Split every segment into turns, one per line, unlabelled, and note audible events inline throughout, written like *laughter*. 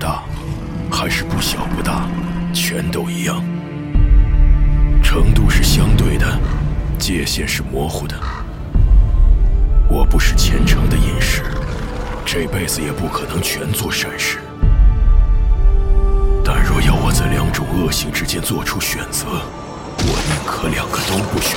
大，还是不小不大，全都一样。程度是相对的，界限是模糊的。我不是虔诚的隐士，这辈子也不可能全做善事。但若要我在两种恶行之间做出选择，我宁可两个都不选。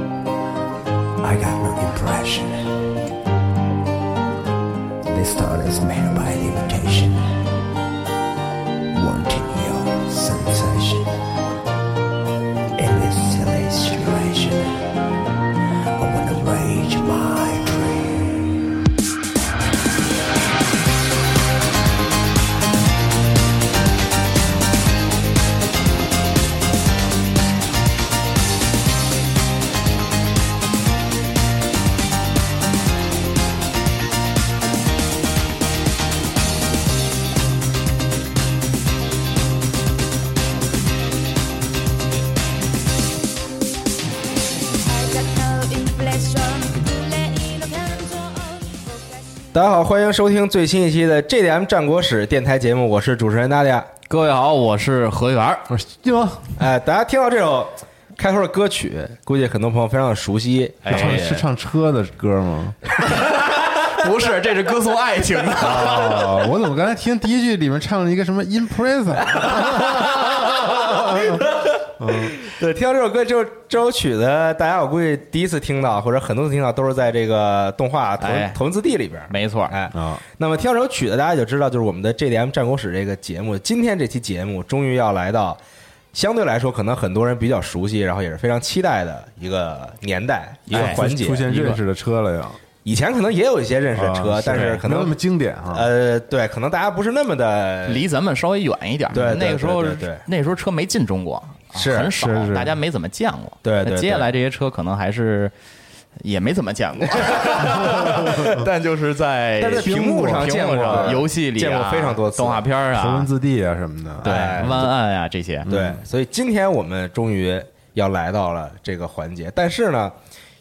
I got no impression. This town is made by limitation. Wanting your sensation. In this silly situation, I wanna rage my dream.
I got no inflation. 不累一路看人作呕，你不该。
大家好，欢迎收听最新一期的《JDM 战国史》电台节目，我是主持人大家。
各位好，我是何源儿。
哦
哎，大家听到这首开头的歌曲，估计很多朋友非常的熟悉。
哎
唱是唱车的歌吗？
不是，这是歌颂爱情的。
哦，我怎么刚才听第一句里面唱了一个什么 impress？
对，听到这首歌，这首这首曲子，大家我估计第一次听到或者很多次听到，都是在这个动画《头文
哎
头文字 D》里边。
没错，嗯
哎，
啊，
那么听到这首曲子，大家就知道，就是我们的 JDM 战国史这个节目，今天这期节目终于要来到相对来说可能很多人比较熟悉，然后也是非常期待的一个年代一
哎
个环节。
出现认识的车了又，
以前可能也有一些认识的车，
啊
但是可
没有那
能
么经典啊哈。
呃，对，可能大家不是那么的
离咱们稍微远一点。
对对
那个时候
对对对，
那时候车没进中国，啊
是
很少
是，是
大家没怎么见过。
对对
那接下来这些车可能还是也没怎
*laughs*
么见过，但就是在
但是在屏幕上
屏幕
见过
游戏里啊
见过非常多次
动画片儿
头文
啊，
字 D 啊什么的，
对
哎
湾岸啊这些。
嗯
对，所以今天我们终于要来到了这个环节，但是呢，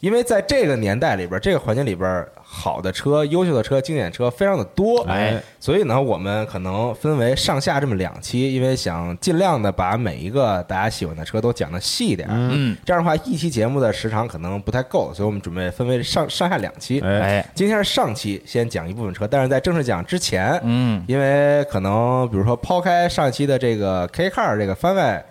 因为在这个年代里边，这个环节里边，好的车、优秀的车、经典车非常的多，
哎，
所以呢，我们可能分为上下这么两期，因为想尽量的把每一个大家喜欢的车都讲的细一点，
嗯，
这样的话，一期节目的时长可能不太够，所以我们准备分为上上下两期，
哎，
哎，
今天是上期，先讲一部分车，但是在正式讲之前，
嗯，
因为可能比如说抛开上一期的这个 K car 这个番外，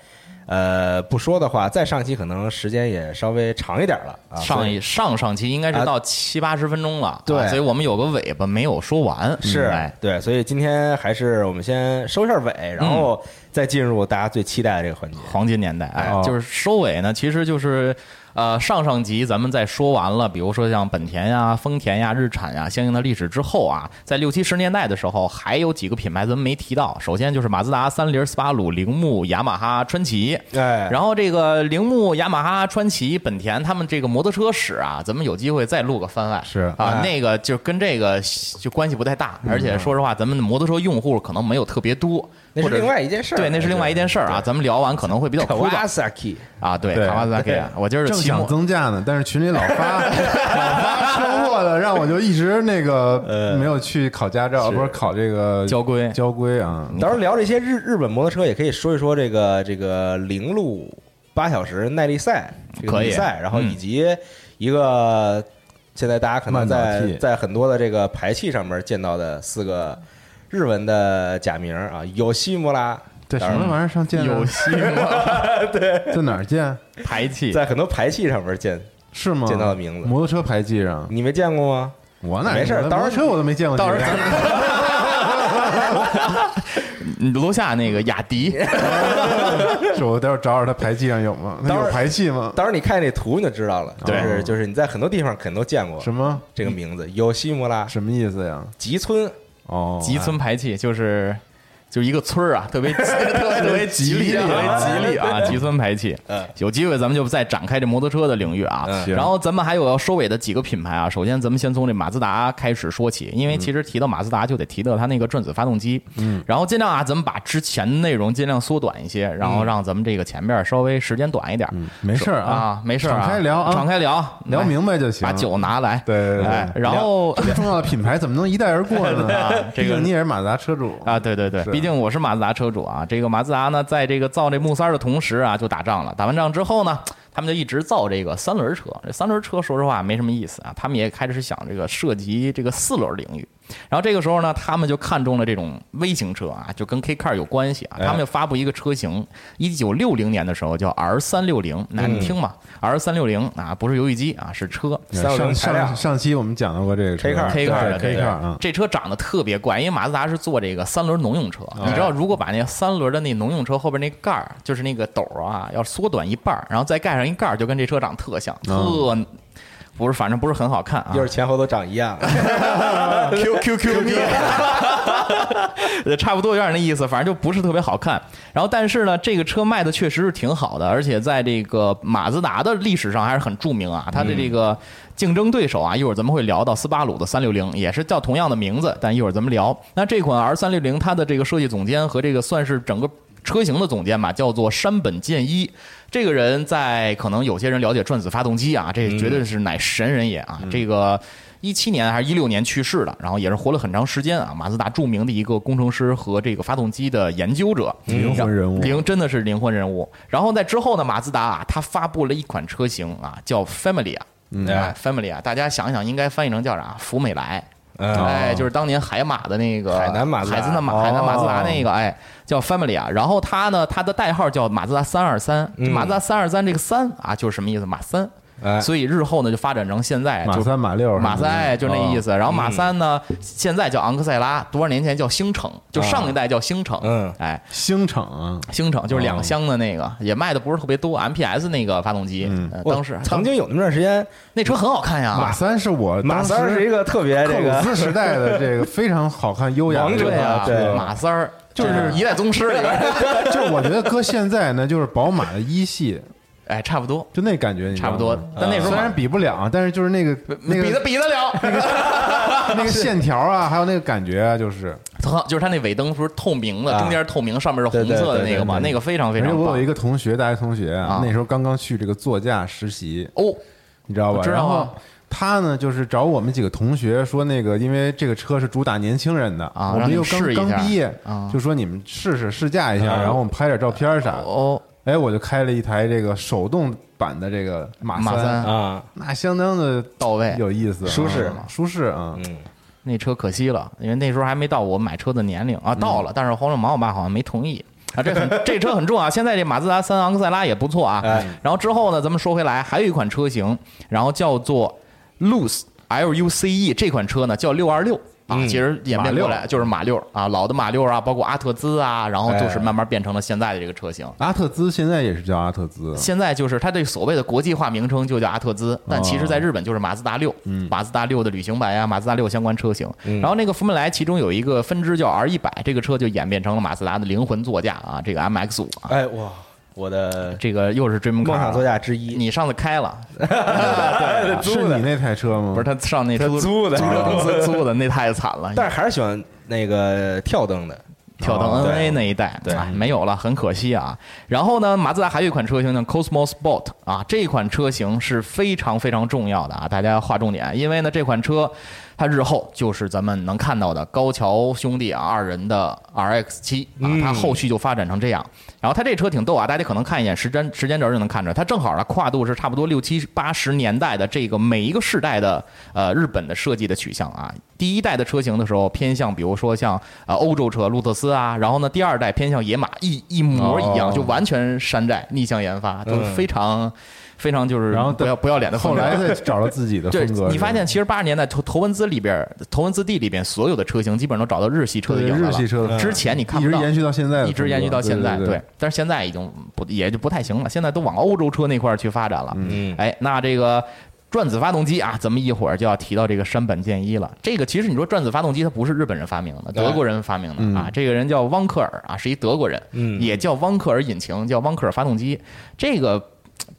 呃，不说的话，再上一期可能时间也稍微长一点了啊。
上一上上期应该是到七八十分钟了，
对
啊所以我们有个尾巴没有说完，
所以是
嗯哎，
对，所以今天还是我们先收一下尾，然后再进入大家最期待的这个环节。
黄金年代，哎
哦，
就是收尾呢，其实就是。呃，上上集咱们在说完了，比如说像本田呀、丰田呀、日产呀相应的历史之后啊，在六七十年代的时候，还有几个品牌咱们没提到。首先就是马自达、三菱、斯巴鲁、铃木、雅马哈、川崎。
哎，
然后这个铃木、雅马哈、川崎、本田他们这个摩托车史啊，咱们有机会再录个番外。
是
啊
哎，嗯
那个就跟这个就关系不太大，而且说实话，咱们的摩托车用户可能没有特别多，
那
或
是
者
另外一件事儿，
对，那是另外一件事儿啊，咱们聊完可能会比较
对。
枯燥
Kawasaki，
啊。对，
对
卡瓦萨克
对，
我今儿是
正
期
想
末，
增价呢，但是群里老
*laughs*
发老发车祸的，让我就一直那
呃
个没有去考驾照，不是考这个
交规
交规啊。
到时候聊这些日日本摩托车，也可以说一说这个这个零路八小时耐力赛这个
可以
比赛，然后
嗯
以及一个现在大家可能
慢跑
在
器
在很多的这个排气上面见到的四个日文的假名啊，有西摩拉，
对，什么玩意儿上见
有
了？
戏吗？
在哪儿见？
排气
在很多排气上面见，
是吗？
见到的名字
摩托车牌记上，
你没见过吗？
我哪
没事到时候
摩托车我都没见过。
到时候 *laughs* 嗯楼下那个雅迪，
*laughs*
是我待会儿找找他排气上有吗？
当
那
然
有排气吗？
到时候你看那图你就知道了，就
对
是就是你在很多地方肯定都见过
什么
这个名字，有西摩拉
什么意思呀？
吉村
哦，
吉村排气就是就是一个村儿啊，特别 *laughs* 特别特别吉利 *laughs* 啊，特别吉利啊，吉村排气。有机会咱们就再展开这摩托车的领域啊。
行
然后咱们还有要收尾的几个品牌啊，首先咱们先从这马自达开始说起，因
嗯
为其实提到马自达就得提到它那个转子发动机。嗯，然后尽量啊，咱们把之前内容尽量缩短一
嗯
些，然后让咱们这个前面稍微时间短一点。
没事儿
啊，没事儿
嗯
啊，
敞开聊啊，
敞开聊，
聊
来
明白就行，
把酒拿来，
对对对
哎，然后
这么重要的品牌怎么能一带而过
*laughs*
呢？
啊这个
*laughs* 毕竟你也是马自达车主
啊，对对对，
是
毕竟我是马自达车主啊。这个马自达呢，在这个造这木三儿的同时啊，就打仗了。打完仗之后呢，他们就一直造这个三轮车。这三轮车说实话没什么意思啊，他们也开始想这个涉及这个四轮领域。然后这个时候呢，他们就看中了这种微型车啊，就跟 K Car 有关系啊。他们就发布一个车型，一九六零年的时候叫 R 三六零，那你听嘛，R 三六零啊，不是游戏机啊，是车。
三六零
上
排量
上上期我们讲到过这个
K car 嗯
K car 的
K
对
car 啊，
这车长得特别怪，因为马自达是做这个三轮农用车。你知道，如果把那三轮的那农用车后边那盖儿，就是那个斗儿啊，要缩短一半儿，然后再盖上一盖儿，就跟这车长得特像，特
嗯
不是，反正不是很好看啊。
就是前后都长一样，
Q Q Q Q，差不多有点那意思，反正就不是特别好看。然后，但是呢，这个车卖的确实是挺好的，而且在这个马自达的历史上还是很著名啊。它的这个竞争对手啊，一会儿咱们会聊到斯巴鲁的三六零，也是叫同样的名字，但一会儿咱们聊。那这款 R 三六零，它的这个设计总监和这个算是整个。车型的总监吧，叫做山本健一。这个人在可能有些人了解转子发动机啊，这
嗯
绝对是乃神人也啊。这个一七年还是一六年去世的，然后也是活了很长时间啊。马自达著名的一个工程师和这个发动机的研究者，
灵魂人物
灵真的是灵魂人物。然后在之后呢，马自达啊，它发布了一款车型啊，叫 Family 啊。
嗯
哎，Family 啊，大家想想应该翻译成叫啥？福美来，
嗯
哎，就是当年海马的那个
哦海南马自达哦
海南马海南马自达那个，哎，叫 Family 啊。然后它呢，它的代号叫马自达三二三，马自达三二三这个三啊，就是什么意思？马三。
嗯哎
所以日后呢，就发展成现在就
马三马六什么的
马三哎就那意
哦
思。然后马三呢，现在叫昂克赛拉，多少年前叫星城，就上一代叫星城。
嗯哦
哎，
星城啊，
星城就是两厢的那个，也卖的不是特别多，MPS 那个发动机，
嗯
呃当时
我曾经有那么段时间，
那车很好看呀，
马三是我
马三儿
当时
是
*laughs*
一个特别
克
这
鲁
个
兹时代的这个非常好看优雅的
王者
对
啊
呀，
对
马三儿
就是
一代宗师里边，
*laughs*
就是我觉得搁现在呢，就是宝马的一系，
哎，差不多，
就那感觉，你知道吗啊
差不多但那时候
虽然比不了，但是就是那个 *laughs* 那
比得
个
比得了， *laughs*
那个线条啊，还有那个感觉啊，就是。
很好，就是它那尾灯不是透明的，
啊
中间是透明，上面是红色的那个嘛，
对对对对对
那个非常非
而且
常
我有
棒
一。个同学，大学同学
啊
啊，那时候刚刚去这个座驾实习，
哦，
你知道吧？
我知道
然后
啊
他呢，就是找我们几个同学说，那个因为这个车是主打年轻人的
啊
我
让
们
你
又
试
刚
一下
刚毕业
啊，
就说你们试试试驾一下，然后我们拍点照片啥。
哦，
哎，我就开了一台这个手动版的这个马
马三
三，
啊，
那相当的
到位
有意思啊，
舒适
舒适啊，
嗯那车可惜了，因为那时候还没到我买车的年龄啊，到了，但是黄鼠狼我爸好像没同意。啊，这很这车很重啊要。现在这马自达三昂克赛拉也不错啊。然后之后呢，咱们说回来，还有一款车型，然后叫做 Luce L U C E 这款车呢叫六二六啊，其实演变过
马
来就是马六啊，老的马六啊，包括阿特兹啊，然后就是
哎
慢慢变成了现在的这个车型。
阿特兹现在也是叫阿特兹，啊
嗯现在就是它这所谓的国际化名称就叫阿特
哦
兹，但其实在日本就是马自达六、
嗯
马自达六的旅行版呀、马自达六相关车型。然后那个福美来其中有一个分支叫 R 一百，这个车就演变成了马自达的灵魂座驾啊，这个 MX 五啊，
哎哇，我的
这个又是追梦
梦想座驾之一，
你上次开了，
*laughs*
*laughs* 是你那台车吗？
不是他上那
他
出租
租的，
车公司租的，那太惨
*laughs*
了。
但是还是喜欢那个跳灯的，
跳到
哦对
NA 那一代，
对
哎没有了，很可惜啊。然后呢，马自达还有一款车型呢，Cosmo Sport 啊，这款车型是非常非常重要的啊，大家划重点，因为呢，这款车它日后就是咱们能看到的高桥兄弟啊二人的 RX 七啊，它
嗯
后续就发展成这样。然后它这车挺逗啊，大家可能看一眼时间时间轴就能看出来，它正好呢啊跨度是差不多六七八十年代的这个每一个世代的呃日本的设计的取向啊。第一代的车型的时候偏向，比如说像呃欧洲车路特斯啊，然后呢第二代偏向野马，一一模一样，
哦
就完全山寨逆向研发，都非常非常就是
然后
不要不要脸
*laughs*
的
后
风格 *laughs*
来再找到自己的
对，
风格，
你发
是吧
现其实八十年代头头文字里边儿，头文字 D 里边所有的车型基本上都找到日系车的
对
影子
日
了
系车的
之前你看
一
不
直
到，
延续到现在的风格，
一直延续到现在，
对，
但是现在已经不也就不太行了，现在都往欧洲车那块儿去发展了。
嗯
哎，那这个转子发动机啊，咱们一会儿就要提到这个山本健一了。这个其实你说转子发动机，它不是日本人发明的，德国人发明
嗯
的啊。这个人叫汪克尔啊，是一德国人，也叫汪克尔引擎，叫汪克尔发动机。这个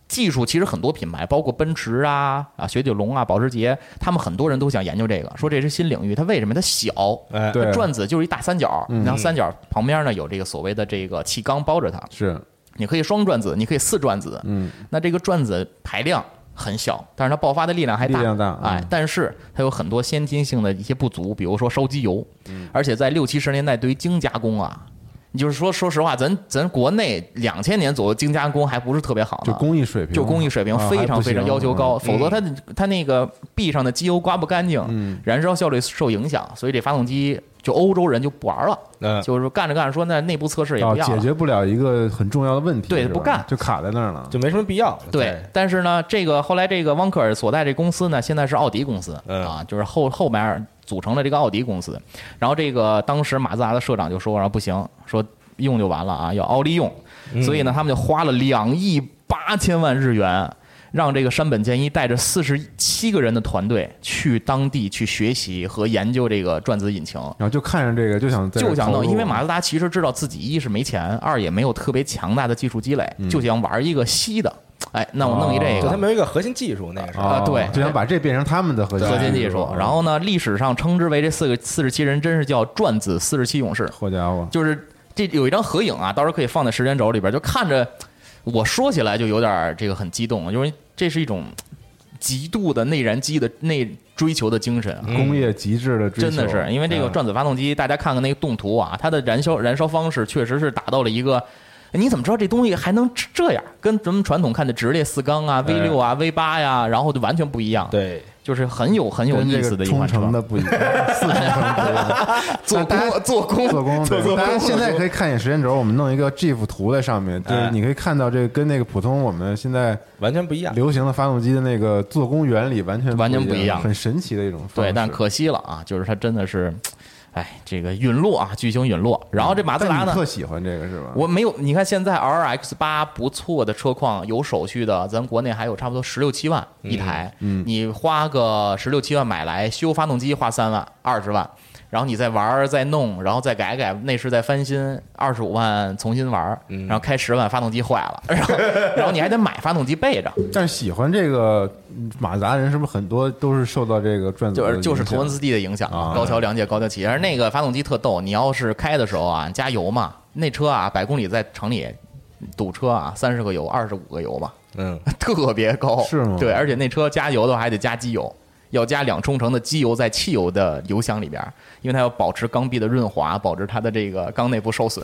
技术其实很多品牌，包括奔驰啊、啊雪铁龙啊、保时捷，他们很多人都想研究这个，说这是新领域。它为什么？它小，
哎
对
它转子就是一大三角，
嗯
然后三角旁边呢有这个所谓的这个气缸包着它，
是
你可以双转子，你可以四转子。嗯，那这个转子排量很小，但是它爆发的力量还大。
力量大嗯
哎，但是它有很多先天性的一些不足，比如说烧机油，
嗯
而且在六七十年代对于精加工啊。你就是说，说实话，咱咱国内两千年左右精加工还不是特别好呢，
就工艺水平，
就工艺水平
啊
非常非常要求
还
高，，
不行嗯
否则它的它那个壁上的机油刮不干净，
嗯
燃烧效率受影响，所以这发动机就欧洲人就不玩了，
嗯
就是说干着干着说那内部测试
嗯
也不
哦，
要了，
解决不了一个很重要的问题，
对
是吧
不干
就卡在那儿了。
就没什么必要了。
对，但是呢，这个后来这个汪克尔所在这公司呢，现在是奥迪公司、
嗯
啊，就是后后面组成了这个奥迪公司。然后这个当时马自达的社长就说，然后不行，说用就完了啊，要奥利用。所以呢，他们就花了两亿八千万日元。让这个山本健一带着四十七个人的团队去当地去学习和研究这个转子引擎，
然后就看上这个，就想在这
就想
投
弄，
入
因为马自达其实知道自己一是没钱，二也没有特别强大的技术积累，
嗯
就想玩一个稀的。哎，那我弄一
哦
这
就
个
它。没有一个核心技术，那个是
啊对
就想把这变成他们的核心
核心技
嗯
术，然后呢，历史上称之为这四个四十七人，真是叫转子四十七勇士，
好家伙，
就是这有一张合影啊，到时候可以放在时间轴里边，就看着我说起来就有点儿这个很激动，因为这是一种极度的内燃机的内追求的精神啊，
工业极致的追求嗯
真的是，因为这个转子发动机，大家看看那个动图啊，它的燃烧燃烧方式确实是达到了一个。哎你怎么知道这东西还能这这样？跟咱们传统看的直列四缸啊、V 六啊、V 八呀，然后就完全不一样。，
对，
就是很有很有
跟
意
这
思
个
的一
冲
款车
程。的不一样，四冲程不一样。
*laughs* 做工做
*laughs*
工
做工，对，大家现在可以看一眼时哎间轴，我们弄一个 GIF 图在上面，就是你可以看到这个跟那个普通我们现在
完全不一样。
流行的发动机的那个做工原理完全
完全
不
不一样
很神奇的一种方式。
对，但可惜了啊，就是它真的是，哎，这个陨落啊，巨星陨落。然后这马自达
但你
呢？
特喜欢这个是吧？
我没有，你看现在 R X 八不错的车况，有手续的，咱国内还有差不多十六七万一台，嗯，你花个十六七万买来修发动机花三万二十万，然后你再玩儿再弄，然后再改改内饰再翻新，二十五万重新玩儿，
嗯
然后开十万发动机
*laughs*
坏了，然后然后你还得买发动机备着，
但是喜欢这个马自达人是不是很多都是受到这个转子
就
的
是就是
影响
头文字 D 的影响，
啊
高桥良介、高桥启，而那个发动机特逗，你要是开的时候啊，加油嘛，那车啊百公里在城里堵车啊，三十个油，二十五个油吧，
嗯，
*laughs* 特别高，
是吗
对，而且那车加油的话还得加机油，要加两冲程的机油在汽油的油箱里边儿，因为它要保持缸壁的润滑，保持它的这个缸内不受损。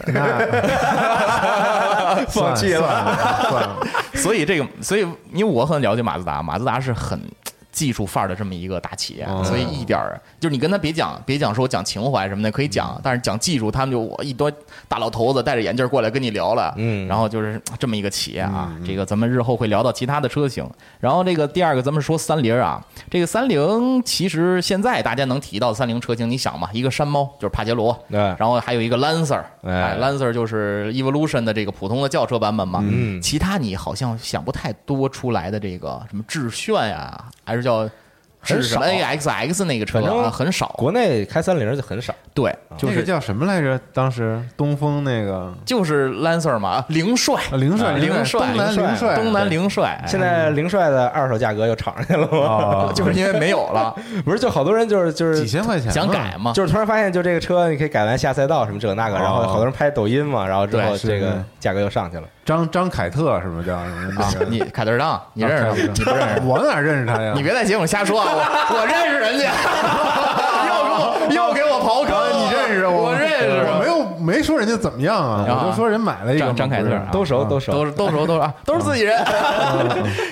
那
放弃了
啊算了，算了
所以这个，所以因为我很了解马自达，马自达是很技术范儿的这么一个大企业，所以一点儿就是你跟他别讲，别讲说讲情怀什么的可以讲，但是讲技术，他们就我一堆大老头子戴着眼镜过来跟你聊了，嗯，然后就是这么一个企业啊，这个咱们日后会聊到其他的车型，然后这个第二个咱们说三菱啊，这个三菱其实现在大家能提到三菱车型，你想嘛，一个山猫就是帕杰罗，
对
然后还有一个 Lancer，
哎
哎，Lancer 就是 Evolution 的这个普通的轿车版本嘛。嗯，其他你好像想不太多出来的这个什么致炫呀，还是叫致什么
很
AXX 那个车
反正
啊，很少。
国内开三菱就很少，
对， *laughs* 就
那个
是
叫什么来着？当时东风那个
就是 Lancer 嘛，凌帅，
啊凌帅，
凌
帅，
帅，
东南凌帅，
东南凌帅，哎
现在啊凌帅的二手价格又炒上去了吗？ *laughs*
就是因为没有了，
不是，就好多人就是就是
几千块钱嘛
想改嘛，
就是突然发现，就这个车你可以改完下赛道什么这个那个，然后好多人拍抖音嘛，然后之后
对
哦是
这个
是
价格又上去了。
张张凯特什么叫什么
啊
那个？，
你凯特当，你认识他吗？
你啊不认识？我哪认识他呀？
你别在节目瞎说啊！我我认识人家， *laughs* 又给我又给我刨
啊，
坑，
你认识
我？
我？
认识，
我没有没说人家怎么样啊，
啊
我就说人买了一个
张
嘛
张凯
不是
特啊
都
嗯
熟都
都
熟，
是都是都是 *laughs* 啊，都是自己人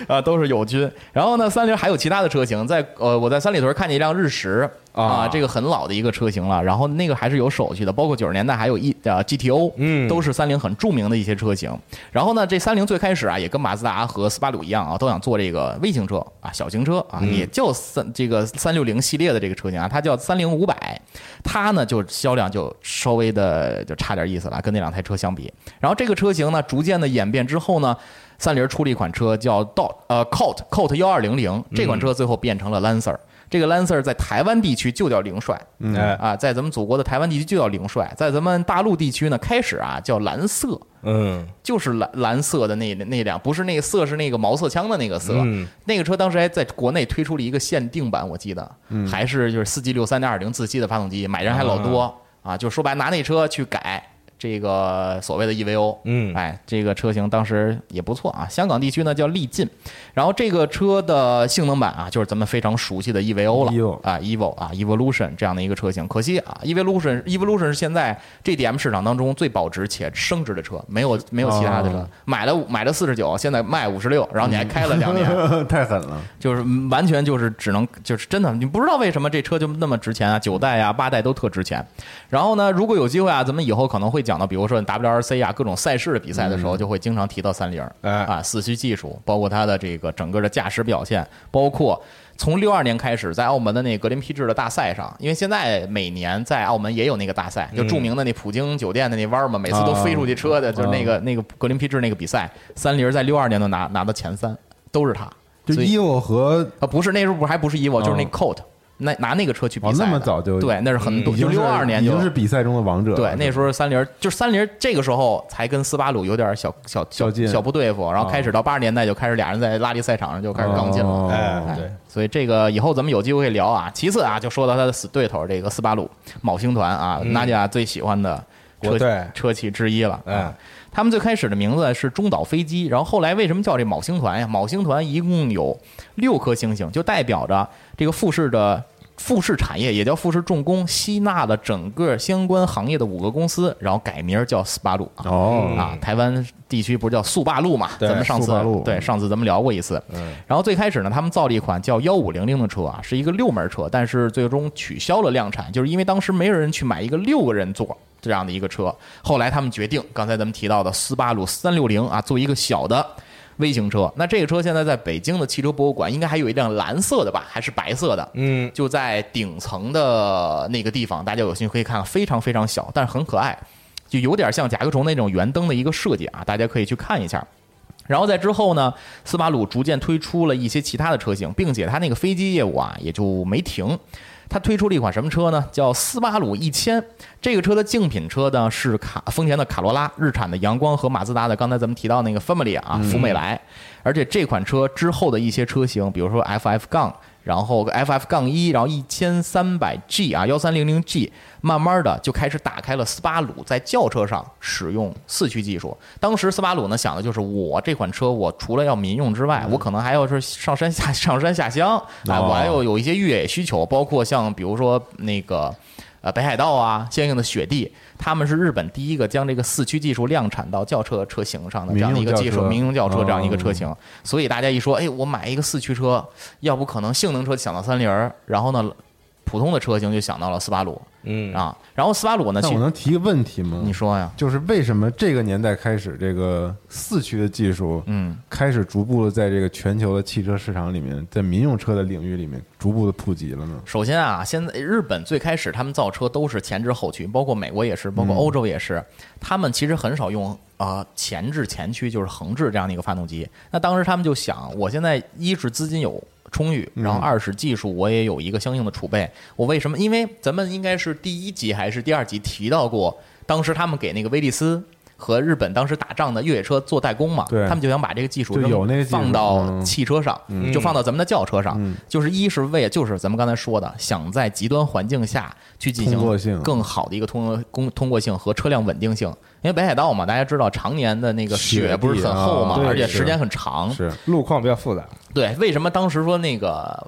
啊，都是友军。然后呢，三菱还有其他的车型，在呃，我在三里屯看见一辆日驰啊，这个很老的一个车型了。然后那个还是有手续的，包括九十年代还有一呃 GTO，嗯，都是三菱很著名的一些车型。然后呢，这三菱最开始啊，也跟马自达和斯巴鲁一样啊，都想做这个微型车啊，小型车啊，也叫三这个三六零系列的这个车型啊，它叫三菱五百，它呢就销量就稍微的就差点意思了，跟那两台车相比。然后这个车型呢，逐渐的演变之后呢，三菱出了一款车叫 Dot 呃 Colt Colt 幺二零零，这款车最后变成了 Lancer。这个 Lancer 在台湾地区就叫凌帅，
嗯
啊，在咱们祖国的台湾地区就叫凌帅，在咱们大陆地区呢，开始啊叫蓝色，
嗯，
就是蓝蓝色的那那辆，不是那个色是那个毛瑟枪的那个色。
嗯
那个车当时还在国内推出了一个限定版，我记得、
嗯
还是就是四 G 六三点二零自吸的发动机，买人还老多
嗯
啊就说白拿那车去改。这个所谓的 EVO，
嗯
哎，这个车型当时也不错啊。香港地区呢叫力劲，然后这个车的性能版啊，就是咱们非常熟悉的
E
EVO 了
EVO
啊，EVO 啊，Evolution 这样的一个车型。可惜啊，Evolution Evolution 是现在 GDM 市场当中最保值且升值的车，没有没有其他的车
哦，
买了买了四十九，现在卖五十六，然后你还开了两年，
*laughs* 太狠了，
就是完全就是只能就是真的，你不知道为什么这车就那么值钱啊，九代啊、八代都特值钱。然后呢，如果有机会啊，咱们以后可能会讲到，比如说 WRC 啊各种赛事的比赛的时候，就会经常提到三菱、
哎
啊，四驱技术，包括它的这个整个的驾驶表现，包括。从六二年开始，在澳门的那格林披治的大赛上，因为现在每年在澳门也有那个大赛，就著名的那普京酒店的那弯儿嘛，每次都飞出去车的，就是那个那个格林披治那个比赛，三菱在六二年都拿拿到前三，都是他。
就
所以
EVO 和
啊，不是那时候不还不是 EVO，就是那 Colt，那拿那个车去比
哦
赛
那
的、
么早就
对，那是很多，
已
就
经是
嗯六二年
已
就
经是比赛中的王者了，
对，那
是
时候三菱就是三菱，这个时候才跟斯巴鲁有点小小小
较劲
小不对付，然后开始到八十年代就开始俩人在拉力赛场上就开始刚劲了。
哦
哎，对，
所以这个以后咱们有机会聊啊。其次啊，就说到他的死对头这个斯巴鲁昴星团啊，
嗯
娜姐最喜欢的车
国队
车企之一了。啊
嗯，
他们最开始的名字是中岛飞机，然后后来为什么叫这昴星团呀？昴星团一共有六颗星星，就代表着这个富士的。富士产业也叫富士重工，吸纳了整个相关行业的五个公司，然后改名叫斯巴鲁啊。
哦
啊，台湾地区不是叫速霸路嘛？
对
咱们上次
速霸路
对上次咱们聊过一次。然后最开始呢，他们造了一款叫幺五零零的车啊，是一个六门车，但是最终取消了量产，就是因为当时没有人去买一个六个人座这样的一个车。后来他们决定，刚才咱们提到的斯巴鲁三六零啊，做一个小的。微型车，那这个车现在在北京的汽车博物馆，应该还有一辆蓝色的吧，还是白色的？
嗯，
就在顶层的那个地方，大家有兴趣可以看看，非常非常小，但是很可爱，就有点像甲壳虫那种圆灯的一个设计啊，大家可以去看一下。然后在之后呢，斯巴鲁逐渐推出了一些其他的车型，并且它那个飞机业务啊也就没停。它推出了一款什么车呢？叫斯巴鲁一千。这个车的竞品车呢是卡丰田的卡罗拉、日产的阳光和马自达的刚才咱们提到那个 Family 啊，福美来。而且这款车之后的一些车型，比如说 FF 杠，然后 FF 杠一，然后一千三百 G 啊，幺三零零 G，慢慢的就开始打开了斯巴鲁在轿车上使用四驱技术。当时斯巴鲁呢想的就是，我这款车我除了要民用之外，我可能还要是上山下上山下乡，哎，我还要有一些越野需求，包括像比如说那个。呃，北海道啊，相应的雪地，他们是日本第一个将这个四驱技术量产到轿车车型上的这样的一个技术，民
民
用
用
轿
轿车
车这样一个
哦
车型。所以大家一说，哎，我买一个四驱车，要不可能性能车想到三菱儿，然后呢，普通的车型就想到了斯巴鲁，
嗯
啊，然后斯巴鲁
那
呢，其
我
实
能提个问题吗？
你说呀，
就是为什么这个年代开始，这个四驱的技术，
嗯，
开始逐步的在这个全球的汽车市场里面，在民用车的领域里面逐步的普及了呢？
首先啊，现在日本最开始他们造车都是前置后驱，包括美国也是，包括欧洲也
嗯
是，他们其实很少用啊前置前驱，就是横置这样的一个发动机。那当时他们就想，我现在一是资金有。充裕，
嗯
然后二是技术，我也有一个相应的储备。我为什么？因为咱们应该是第一集还是第二集提到过，当时他们给那个威利斯和日本当时打仗的越野车做代工嘛，
对
他们就想把这个技术
就有那个技术
放到
嗯
汽车上，就放到咱们的轿车上。就是一是为就是咱们刚才说的，想在极端环境下去进
通过
行
性
更好的一个通过通通过性和车辆稳定性。因为北海道嘛，大家知道常年的那个
雪
雪不是
地
很
啊
厚嘛，
对
而且
是
时间很长。
是
路况比较复杂，
对，为什么当时说那个？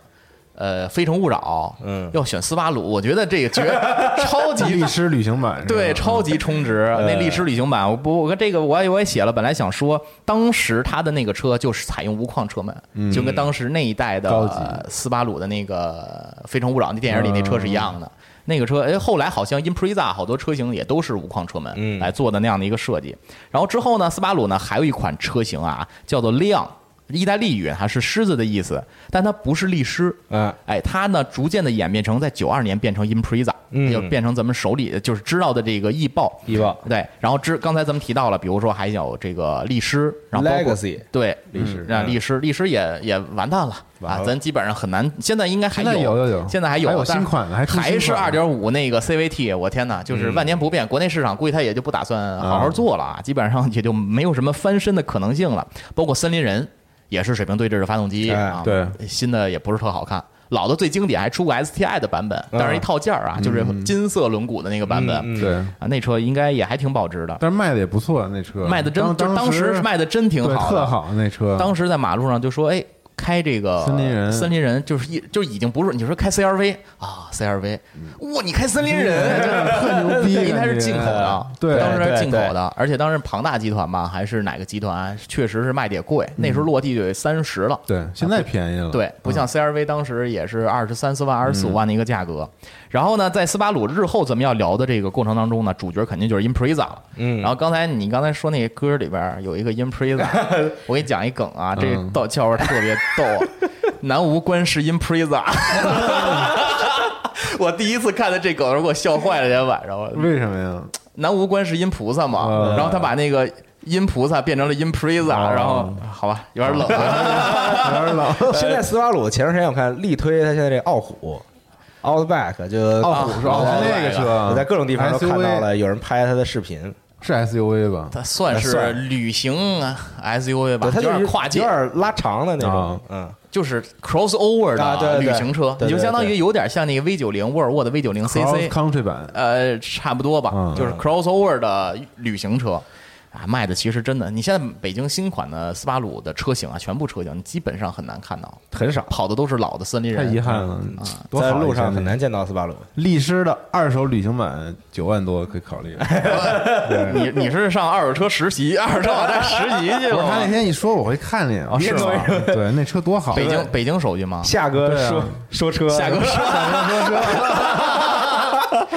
呃，《非诚勿扰》
嗯
要选斯巴鲁，我觉得这个绝 *laughs* 超级
力狮旅行版是吧，嗯
对，超级充值那历史旅行版，我不，我跟这个我也我也写了，本来想说，当时他的那个车就是采用无框车门，就跟当时那一代
嗯高级
的斯巴鲁的那个《非诚勿扰》那电影里那车是一样
嗯
的。那个车，哎，后来好像 Impreza 好多车型也都是无框车
嗯
门来做的那样的一个设计。然后之后呢，斯巴鲁呢还有一款车型啊，叫做亮。意大利语它是狮子的意思，但它不是立狮，
嗯
哎，它呢逐渐的演变成在九二年变成 impresa，
嗯
就变成咱们手里就是知道的这个易爆。
易
*laughs*
爆
对，然后之刚才咱们提到了，比如说还有这个律师，然后包括
Legacy
对
律师
啊
嗯
律师律师也也完蛋了
完
啊，
了
咱基本上很难，现在应该还
现在有有有
现在还有
还有
但
新款的还出新
还是二
款的
点五那个 CVT，我天哪，就是万年
嗯
不变，国内市场估计它也就不打算好好做了啊，基本上也就没有什么翻身的可能性了，包括森林人也是水平对置的发动机
哎
啊，
对
新的也不是特好看。老的最经典还出过 STI 的版本，但是一套件儿啊，就是金色轮毂的那个版本，
嗯嗯嗯
对，
啊，那车应该也还挺保值的，
但是卖的也不错，那车
卖的真
当
就是当时
时
卖的真挺
对
好的
特好那车。
当时在马路上就说，哎。开这个
森林人
森林人就是一就已经不是你说开 CRV 啊，CRV，哇，你开森林人，特
嗯牛逼
因为它是进口的
感，觉对
当时是
对
进口
对
的，而且当时庞大集团吧，还是哪个集团，确实是卖的也贵，那时候落地就得三十了，
嗯对，现在便宜了。
对，不像 CRV 当时也是二十三四万、二十四五万的一个价格。然后呢，在斯巴鲁日后咱们要聊的这个过程当中呢，主角肯定就是 Impreza 了。
嗯
然后刚才你刚才说那个歌里边有一个
*laughs*
Impreza，我给你讲一梗啊，这个
嗯
逗笑话特别逗啊，南无观世
*laughs*
Impreza。我第一次看到这梗，给我笑坏了，今天晚上我
嗯为什么呀？
南无观世音菩萨嘛，
嗯
然后他把那个音菩萨变成了 Impreza，然后好吧，有点冷啊。
有点冷。
*laughs* 现在斯巴鲁前段时间我看力推它现在这奥虎，Outback 就
奥虎是吧
哦
哦，是那个车，
我在各种地方都看到
SUV
了有人拍它的视频，
是 SUV 吧？
它算是
算
旅行啊 SUV 吧，
对，它
有
就
点
是
跨界
有，点拉长的那
啊
种，嗯，
就是 crossover
啊
的
对对
旅
对
行车，
对
你
对
就相当于
对
有点像那个 V 九零沃尔沃的 V 九零
Cross
CC，
Country 版，
呃，差不多吧
嗯，
就是 crossover 的旅行车。啊，卖的其实真的，你现在北京新款的斯巴鲁的车型啊，全部车型你基本上很难看到，
很少，
跑的都是老的森林
太
人。
遗憾了，
嗯啊
多好
在
一
路上
台
很难见到斯巴鲁。
力狮的二手旅行版九万多可以考
*laughs*
虑。
你你是上二手车实习，二手车网站实习去
不是他那
了吗？
天一说，我会看见啊，
哦是吗 *laughs*
对，那车多好，
北京北京手续吗？
夏哥
对啊
说说车，
夏哥
说
*laughs*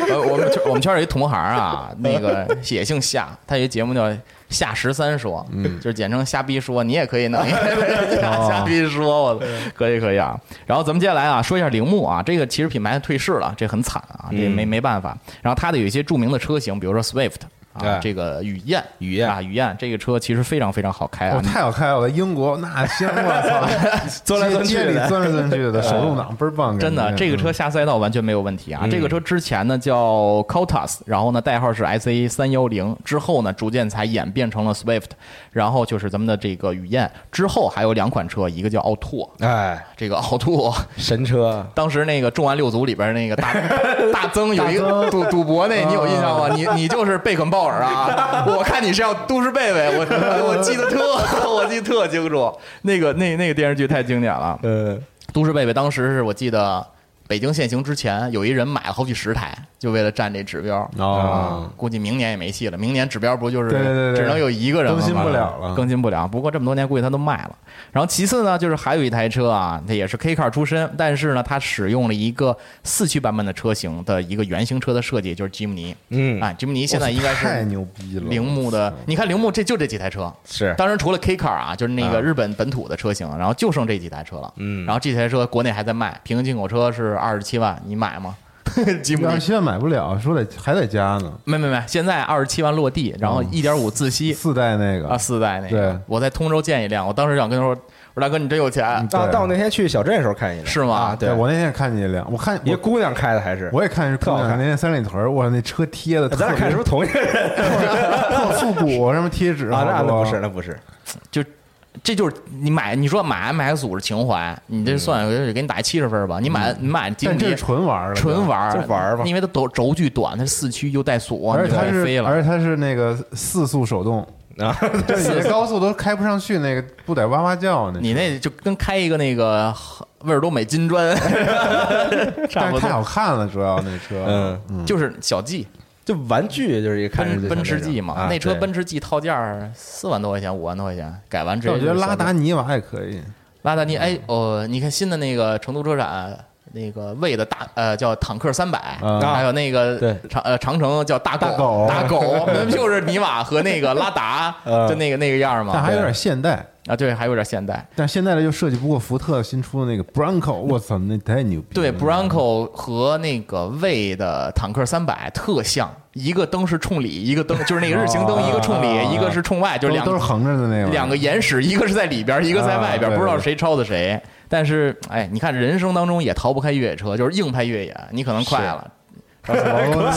呃，我们圈我们圈儿有一同行啊，那个也姓夏，他有一节目叫《夏十三说》，
嗯
就是简称“瞎逼说”，你也可以弄一个
哦
夏 *laughs* 瞎逼说，我可以可以啊。然后咱们接下来啊，说一下铃木啊，这个其实品牌退市了，这很惨啊，这
嗯
没没办法。然后它的有一些著名的车型，比如说 Swift 啊
哎，
这个雨燕，
雨燕
啊，雨燕这个车其实非常非常好开
哦
啊，
太好开了，我在英国那香，我
*laughs*
操，
钻来钻去
街街
的
里钻来钻去的，手动挡倍儿棒，
真的，
感觉嗯
这个车下赛道完全没有问题啊！这个车之前呢叫 Cotas，然后呢代号是 SA 三幺零，之后呢逐渐才演变成了 Swift，然后就是咱们的这个雨燕，之后还有两款车，一个叫奥拓，
哎，
这个奥拓
神车，
当时那个《重案六组》里边那个大大曾有一个赌赌博那，你有印象吗？你你就是贝肯鲍尔啊！我看你是要都市贝贝，我我记得特 *laughs* 我记得特清楚，那个那那个电视剧太经典了。
嗯，
都市贝贝当时是我记得北京限行之前，有一人买了好几十台，就为了占这指标。
哦
啊，估计明年也没戏了。明年指标不就是
对对对对
只能有一个人
更新
嘛
不了了
更新不了。不过这么多年，估计他都卖了。然后其次呢，就是还有一台车啊，它也是 K car 出身，但是呢，它使用了一个四驱版本的车型的一个原型车的设计，就是吉姆尼。
嗯
啊，吉姆尼现在应该
太
是
牛逼了，
铃木的。你看铃木这就这几台车，
是
当然除了 K Car 啊，就是那
嗯
个日本本土的车型，然后就剩这几台车了。嗯，然后这几台车国内还在卖，平行进口车是二十七万，你买吗？ *laughs* 吉姆
二
尼
十七万买不了，说得还得加呢，
没没没，现在二十七万落地，然后一点五自吸
四代那
啊，
个，
四代那个
嗯对，
我在通州见一辆，我当时想跟他说，我说大哥你真有钱，
到
对
到我那天去小镇的时候看见的，
是吗
啊对，
我那天也看见一辆，我看
一
我
个姑娘开的还是，
我也看是
特好看哎
那天三里屯儿，哇，那车贴的特别，
咱俩看是不是同一个人 *laughs*
特复古，什么贴纸
啊？那
好
那
多
不是，那不是，
就。这就是你买，你说买 MX 五是情怀，你这算给你打七十分吧。你买你买吉
嗯
姆
但这
尼
是纯玩儿的，
纯玩儿
就玩儿吧
因为它轴轴距短，它四驱又带锁，
而且它
你就可以飞
是，
了。
而且它是那个四速手动
*laughs* 啊，
对，你这高速都开不上去，那个不得哇哇叫啊呢。
你那就跟开一个那个味尔多美金砖，差
但
不
是太
多，
好看了，主要那车，
嗯，
就是小 G
就玩具就是一看着
奔
就
奔驰
像那
G
种
嘛
啊，
那车
对
奔驰 G 套件儿四万多块钱，五万多块钱，改完之
但
啊
后
我觉得拉达尼瓦也可以，
拉达尼，哎哦，你看新的那个成都车展。那个魏的大呃叫坦克三百、
嗯
还有那个
啊对
长呃长城叫大
大狗
大
*laughs*
狗，那不就是尼玛和那个拉达
嗯
就那个那个样
但
嘛
还有点现代，
啊，对，还有点现代。
但现代的又设计不过福特新出的那个 Bronco，我操，那太牛逼了！
对，Bronco 和那个魏的坦克三百特像，一个灯是冲里，一个灯就是那个日
*laughs*
行灯，一个冲里，一个是冲外，就
都
是两
哦都是横着的那个，
两个眼屎，一个是在里边儿，一个在外边儿，
啊对
不知道谁抄的谁。但是，哎，你看人生当中也逃不开越野车，就是硬派越野，你可能快了。西蒙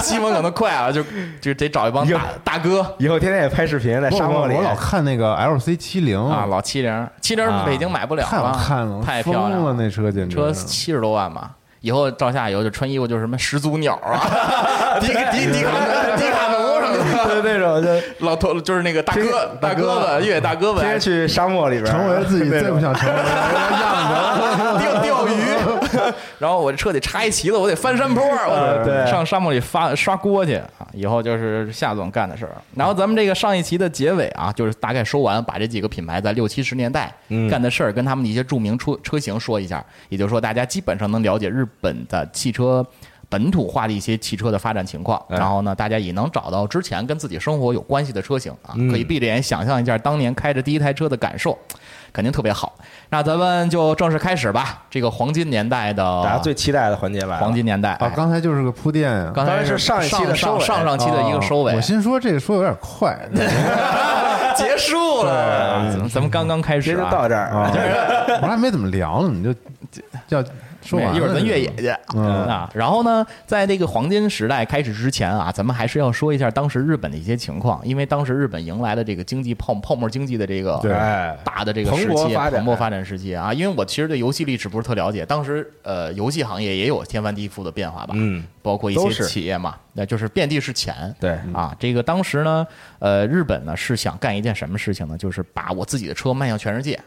西蒙可能快了，就就得找一帮大大哥
以后天天也拍视
哎
频在
不
沙漠
我
里， *laughs*
我老看那个 LC 七零
啊，老七零，七零北京买不了
嗯啊太好看了，
太漂亮
疯了，那车简直
车七十多万吧。以后照下以后就穿衣服就是什么始祖鸟 *laughs* 啊，迪迪迪卡迪卡侬什么的，
对那
*laughs*
种就
老头就是那个大哥大哥啊们，越野大哥们，
天天去沙漠里边
成为了自己最不想成为的
*laughs*
样子。
钓钓鱼， *laughs* 然后我这车得插一旗子，我得翻山坡，我
呃对
上沙漠里发刷锅去啊！以后就是夏总干的事儿。然后咱们这个上一期的结尾啊，就是大概说完，把这几个品牌在六七十年代
嗯
干的事儿，跟他们的一些著名车车型说一下，也就是说大家基本上能了解日本的汽车。本土化的一些汽车的发展情况，
哎
然后呢，大家也能找到之前跟自己生活有关系的车型啊，
嗯
可以闭着眼想象一下当年开着第一台车的感受，肯定特别好。那咱们就正式开始吧，这个黄金年代的
大家最期待的环节来了，
啊黄金年代
啊，刚才就是个铺垫呀。啊
刚才
当然是上一期的收
上
尾
上上期的一个收尾，
我心说这个说有点
*laughs*
快，
结束了，咱们咱们刚刚开
今
始
天
啊，
就到这儿，
我还没怎么聊呢，你就
*laughs*
要说完了
一会儿咱越野去、
嗯
啊。然后呢，在这个黄金时代开始之前啊，咱们还是要说一下当时日本的一些情况，因为当时日本迎来了这个经济泡泡沫经济的这个
对
哎，
大的这个
蓬
时
勃
期，
发展
蓬勃发展时期啊。因为我其实对游戏历史不是特了解，当时呃，游戏行业也有天翻地覆的变化吧，
嗯，
包括一
都
些
是
企业嘛，那就是遍地是钱，
对
啊，这个当时呢，呃，日本呢是想干一件什么事情呢？就是把我自己的车卖向全世界。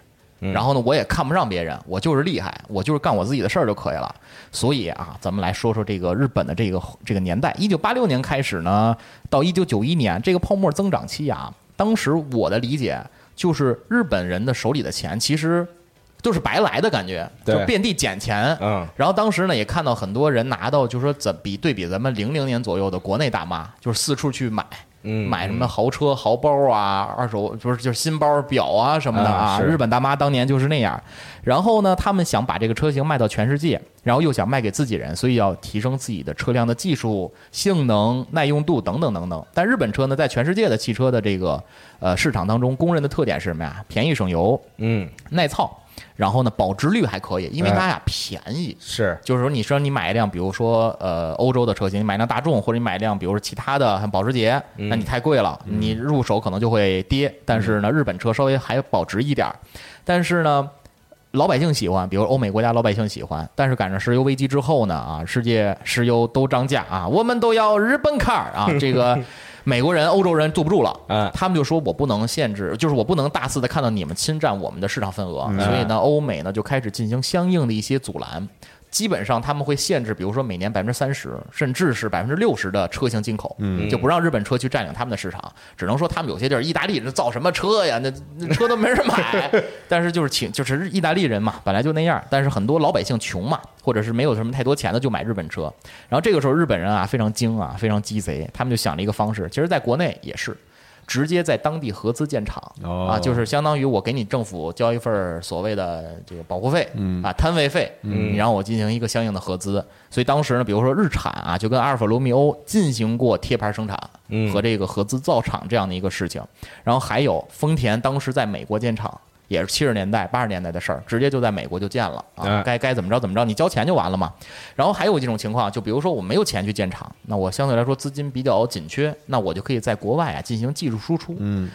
嗯
然后呢，我也看不上别人，我就是厉害，我就是干我自己的事儿就可以了。所以啊，咱们来说说这个日本的这个这个年代，一九八六年开始呢，到一九九一年这个泡沫增长期啊，当时我的理解就是日本人的手里的钱其实就是白来的感觉，就
对
遍地捡钱，
嗯
然后当时呢，也看到很多人拿到，就说怎比对比咱们零零年左右的国内大妈，就是四处去买，
嗯
买什么豪车、豪包啊，二手不是就是新包、表啊什么的
啊
啊。
是
日本大妈当年就是那样。然后呢，他们想把这个车型卖到全世界，然后又想卖给自己人，所以要提升自己的车辆的技术、性能、耐用度等等等等。但日本车呢，在全世界的汽车的这个呃市场当中，公认的特点是什么呀？便宜省油、
嗯
耐操，然后呢保值率还可以，
哎
因为它呀便宜。
是
就是说，你说你买一辆，比如说呃欧洲的车型，你买一辆大众，或者你买一辆，比如说其他的，像保时捷，那你太贵了，你入手可能就会跌。但是呢，日本车稍微还保值一点儿，但是呢。老百姓喜欢，比如欧美国家老百姓喜欢，但是赶上石油危机之后呢，啊，世界石油都涨价啊，我们都要日本 car 啊，这个美国人、欧洲人坐不住了，
嗯
他们就说我不能限制，就是我不能大肆的看到你们侵占我们的市场份额，所以呢，欧美呢就开始进行相应的一些阻拦，基本上他们会限制，比如说每年百分之三十，甚至是百分之六十的车型进口，就不让日本车去占领他们的市场。只能说他们有些地儿，意大利人造什么车呀？那那车都没人买。但是就是请，就是意大利人嘛，本来就那样。但是很多老百姓穷嘛，或者是没有什么太多钱的，就买日本车。然后这个时候日本人啊，非常精啊，非常鸡贼，他们就想了一个方式，其实在国内也是。直接在当地合资建厂、
哦
啊，就是相当于我给你政府交一份儿所谓的这个保护费、啊摊位费，你让我进行一个相应的合资。所以当时呢，比如说日产啊，就跟阿尔法罗密欧进行过贴牌生产和这个合资造厂这样的一个事情。然后还有丰田当时在美国建厂。也是七十年代、八十年代的事儿，直接就在美国就建了啊
哎！
该该怎么着怎么着，你交钱就完了嘛。然后还有一种情况，就比如说我没有钱去建厂，那我相对来说资金比较紧缺，那我就可以在国外啊进行技术输出。嗯，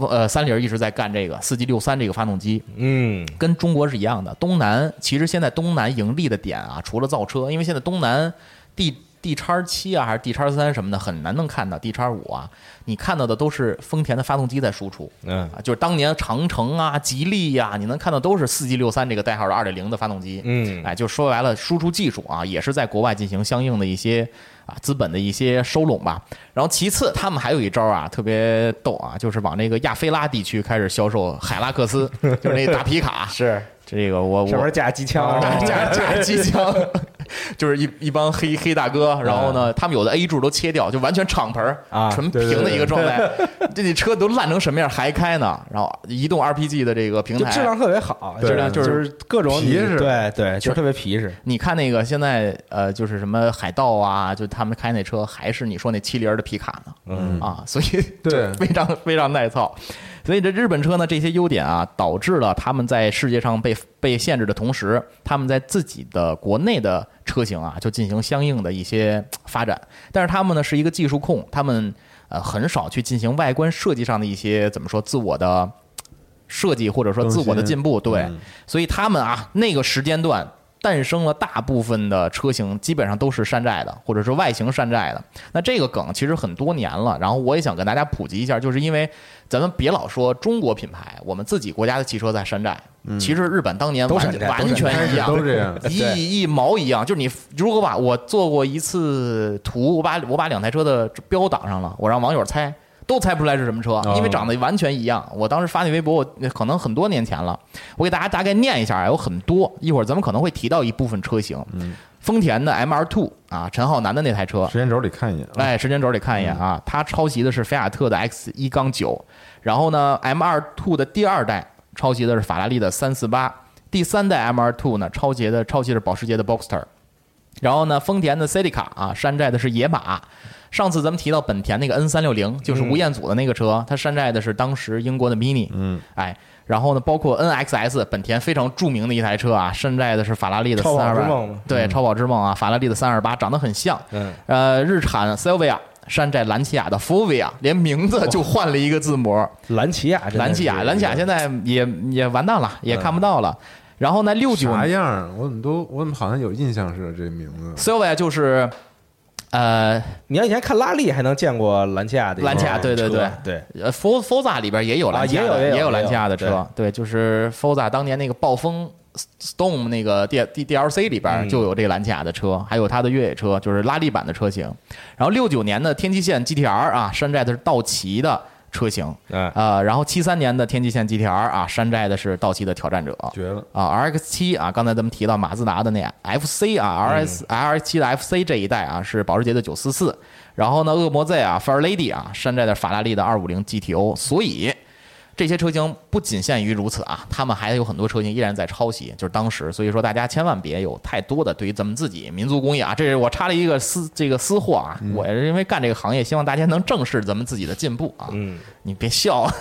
呃，三菱一直在干这个四 G 六三这个发动机，
嗯
跟中国是一样的。东南其实现在东南盈利的点啊，除了造车，因为现在东南地地叉七啊还是地叉三什么的，很难能看到地叉五啊，你看到的都是丰田的发动机在输出。
嗯
啊，就是当年长城啊、吉利呀、你能看到都是四 G 六三这个代号的二点零的发动机。
嗯
哎，就说白了，输出技术啊，也是在国外进行相应的一些啊资本的一些收拢吧。然后其次，他们还有一招啊，特别逗啊，就是往那个亚非拉地区开始销售海拉克斯，就是那大皮
*laughs*
卡。
是
这个我
上
我
面架机枪，
啊，加加机枪，就是一一帮黑黑大哥，然后呢，他们有的 A 柱都切掉，就完全敞篷儿
嗯啊
纯
对对
平的
对
一个状态，这你车都烂成什么样还开呢？然后移动 RPG 的这个平
就
台
质量特别好，
对
质
质
量
量
就
就是
是各种你
皮实
对对，就特别皮实。
你看那个现在呃，就是什么海盗啊，就他们开那车还是你说那七零儿的皮卡呢，
嗯
啊，所以
对
就 *laughs* 非常非常耐操。所以这日本车呢，这些优点啊，导致了他们在世界上被被限制的同时，他们在自己的国内的车型啊，就进行相应的一些发展。但是他们呢是一个技术控，他们呃很少去进行外观设计上的一些怎么说自我的设计或者说自我的进步，对，所以他们啊那个时间段诞生了大部分的车型，基本上都是山寨的，或者是外形山寨的。那这个梗其实很多年了，然后我也想跟大家普及一下，就是因为咱们别老说中国品牌，我们自己国家的汽车在山寨，其实日本当年
都
完
山寨
完
开
全一
始
样，
都这样，
一一毛一样，就是你如果把我做过一次图，我把我把两台车的标挡上了，我让网友猜，都猜不出来是什么车，因为长得完全一样。我当时发那微博，我可能很多年前了，我给大家大概念一下，啊有很多，一会儿咱们可能会提到一部分车型，丰田的 MR Two 啊，陈浩南的那台车，
时间轴里看一眼。
哎，时间轴里看一眼
嗯
啊，它抄袭的是菲亚特的 X 一杠九，然后呢，M 二 Two 的第二代抄袭的是法拉利的三四八，第三代 M 二 Two 呢抄袭的抄袭的是保时捷的 Boxster，然后呢，丰田的 Celica 啊，山寨的是野马。上次咱们提到本田那个 N 三六零，就是
嗯
吴彦祖的那个车，它山寨的是当时英国的 Mini。嗯，哎，然后呢，包括 NXS，本田非常著名的一台车啊，山寨的是法拉利的
超跑
三二
之
八
梦嘛。
对，超跑之梦啊，法拉利的三二八长得很像。
嗯，
呃，日产 Silvia 山寨兰奇亚的 Fovia，连名字就换了一个字母。
兰奇亚，真的
兰奇亚，
是嗯
兰奇亚现在也也完蛋了，也看不到了。然后呢，六九
啥样儿？啊我怎么都我怎么好像有印象似的这名字？
*laughs* Silvia 就是呃
你要以前看拉力还能见过兰奇亚的一个
兰
车，
奇亚对对对
对，
呃 For Forza 里边也有兰奇亚的
啊也有也有
也有兰奇亚的
也
车
有，
对，就是 Forza 当年那个暴风 Storm 那个 D D D L C 里
嗯
边就有这个兰奇亚的车，还有它的越野车，就是拉力版的车型。然后六九年的天际线 G T R 啊，山寨的是道奇的车型，
嗯
呃，然后七三年的天际线 G T R 啊，山寨的是道奇的挑战者，
绝了！
啊，R X 七啊，刚才咱们提到马自达的那 F C 啊，R S
嗯
R X 七的 F C 这一代啊是保时捷的九四四，然后呢，恶魔 Z 啊，Fair Lady 啊，山寨的法拉利的二五零 G T O，所以这些车型不仅限于如此啊，他们还有很多车型依然在抄袭，就是当时，所以说大家千万别有太多的对于咱们自己民族工业啊，这是我插了一个私这个私货啊，
嗯
我也是因为干这个行业，希望大家能正视咱们自己的进步啊，
嗯，
你别笑，啊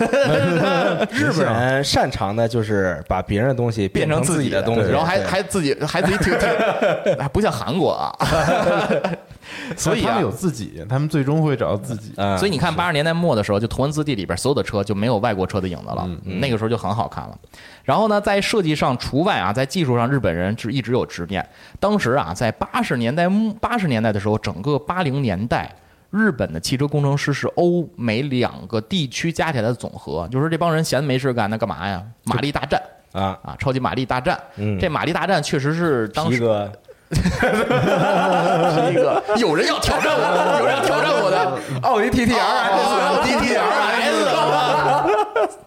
日本
啊
人擅长的就是把别人的东西
变成
自
自己
的东西，
然后还
对
还自己还自己挺挺，
*laughs*
哎，不像韩国啊，所以
他
啊呃
们有。自己，他们最终会找到自己。
嗯
*laughs* 所以你看，八十年代末的时候，就《图文字 D》里边所有的车就没有外国车的影子
嗯
了，那个时候就很好看了。然后呢，在设计上除外啊，在技术上，日本人是一直有执念。当时啊，在八十年代末八十年代的时候，整个八零年代，日本的汽车工程师是欧美两个地区加起来的总和。就是这帮人闲没事干，那干嘛呀？玛丽大战
啊，
啊，超级玛丽大战。
嗯
这玛丽大战确实是当
皮
时
哥
*laughs* 一个，有人要挑战我，有人要挑战我的
奥迪 TT R
啊 D T R S。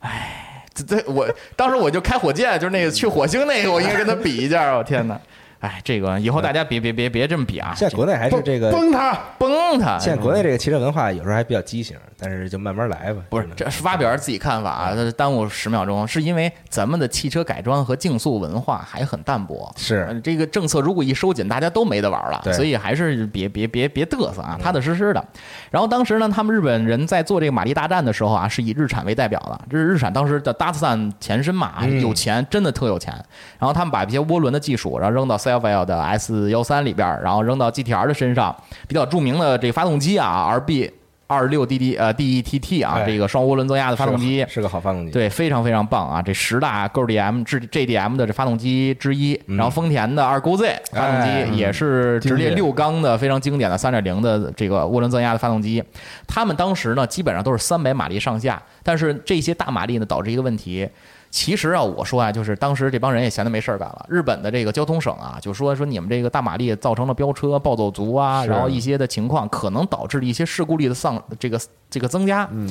哎，这这我当时我就开火箭，就是那个去火星那个，我应该跟他比一架。我天哪！哎，这个以后大家别别别别这么比啊！哎
现在国内还是这个，啊
崩他！
崩他！
现在国内这个骑车文化有时候还比较畸形，但是就慢慢来吧。
不是，这是发表自己看
嗯
法啊，这耽误十秒钟，是因为咱们的汽车改装和竞速文化还很淡薄。
是
呃这个政策如果一收紧，大家都没得玩了
对，嗯
所以还是别别别别嘚瑟啊，踏踏实实的。然后当时呢，他们日本人在做这个马力大战的时候啊，是以日产为代表的，这是日产当时的达斯坦前身嘛，
嗯
有钱，真的特有钱。然后他们把一些涡轮的技术，然后扔到 s e l v i a 的 S 幺三里边儿，然后扔到 GTR 的身上，比较著名的这个发动机啊，RB。二六 DD 呃 DETT 啊
哎，
这个双涡轮增压的发动机，
是个好发动机，
对，非常非常棒啊！这十大 GDM 至 JDM 的这发动机之一，然后丰田的二勾 Z 发动
哎
机也是直列
经典
六缸的非常经典的三点零的这个涡轮增压的发动机，他们当时呢基本上都是三百马力上下，但是这些大马力呢导致一个问题。其实啊，我说啊，就是当时这帮人也闲得没事儿干了。日本的这个交通省啊，就说说你们这个大马力造成了飙车、暴走族啊，然后一些的情况，可能导致了一些事故率的上这个这个增加。嗯，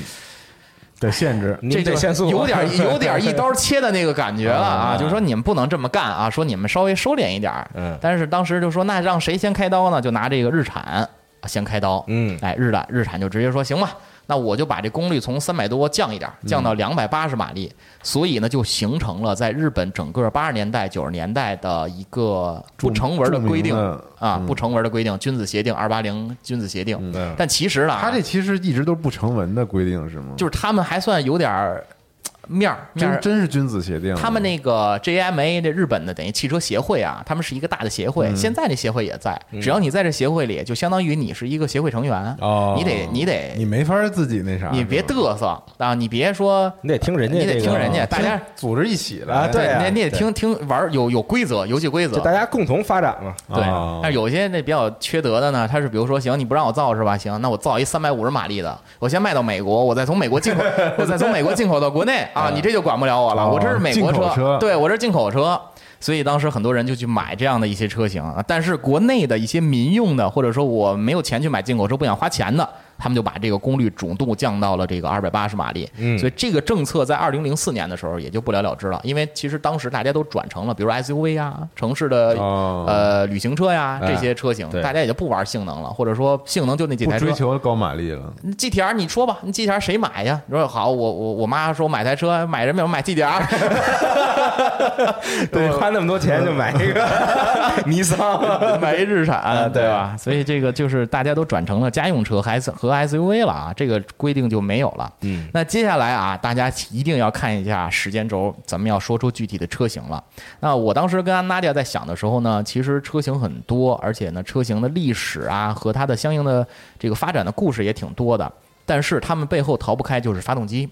的限制。
您
这就
这限速啊
有点有点一刀切的那个感觉了
*laughs*
啊！
嗯
就是说你们不能这么干啊，说你们稍微收敛一点儿。
嗯
但是当时就说那让谁先开刀呢？就拿这个日产啊先开刀。
嗯
哎，日产日产就直接说行吧，那我就把这功率从三百多降一点儿，降
嗯
到两百八十马力。所以呢，就形成了在日本整个八十年代九十年代的一个不成文的规定
著名的嗯
啊，不成文的规定，君子协定二八零君子协定。
嗯
但其实呢，啊
他这其实一直都不成文的规定是吗？
就是他们还算有点儿嘖面儿面
真
儿。
真是君子协定。
他们那个 JMA 这日本的等于汽车协会啊，他们是一个大的协会，现在这协会也在。只要你在这协会里，就相当于你是一个协会成员，
哦
你得你得
你没法自己那啥，
你别
是吧
嘚瑟啊，你别说
*laughs* 你得听人家
你
这
得
个
听人家，大家
组织一起来
啊对
你得你得
对
听听玩儿有有规则，游戏规则
就，大家共同发展
*laughs*
嘛。
对
哦，
但是有些那比较缺德的呢，他是比如说，行，你不让我造是吧？行，那我造一三百五十马力的，我先卖到美国，我再从美国进口， *laughs* 我再从美国进口到国内啊，你这就管不了我了，
嗯哦
我这是美国
进口车
对我这是进口车。所以当时很多人就去买这样的一些车型，啊但是国内的一些民用的，或者说我没有钱去买进口车，不想花钱的，他们就把这个功率主动降到了这个二百八十马力。
嗯
所以这个政策在二零零四年的时候也就不了了之了，因为其实当时大家都转成了，比如 SUV 啊，城市的
哦
呃旅行车
哎
呀这些车型，
对
大家也就不玩性能了，或者说性能就那几
不
台车
追。求高马力了，
GTR 你说吧，你 GTR 谁买呀？你说好，我我我妈说买台车，买什么？买 GTR，
对，花那么多钱就买一个 *laughs* 尼桑。
*laughs* 买一日
啊
产，
对
对吧？所以这个就是大家都转成了家用车还是和 SUV 了啊，这个规定就没有了。
嗯，
那接下来啊，大家一定要看一下时间轴，咱们要说出具体的车型了。那我当时跟安娜迪亚在想的时候呢，其实车型很多，而且呢，车型的历史啊和它的相应的这个发展的故事也挺多的。但是他们背后逃不开就是发动机，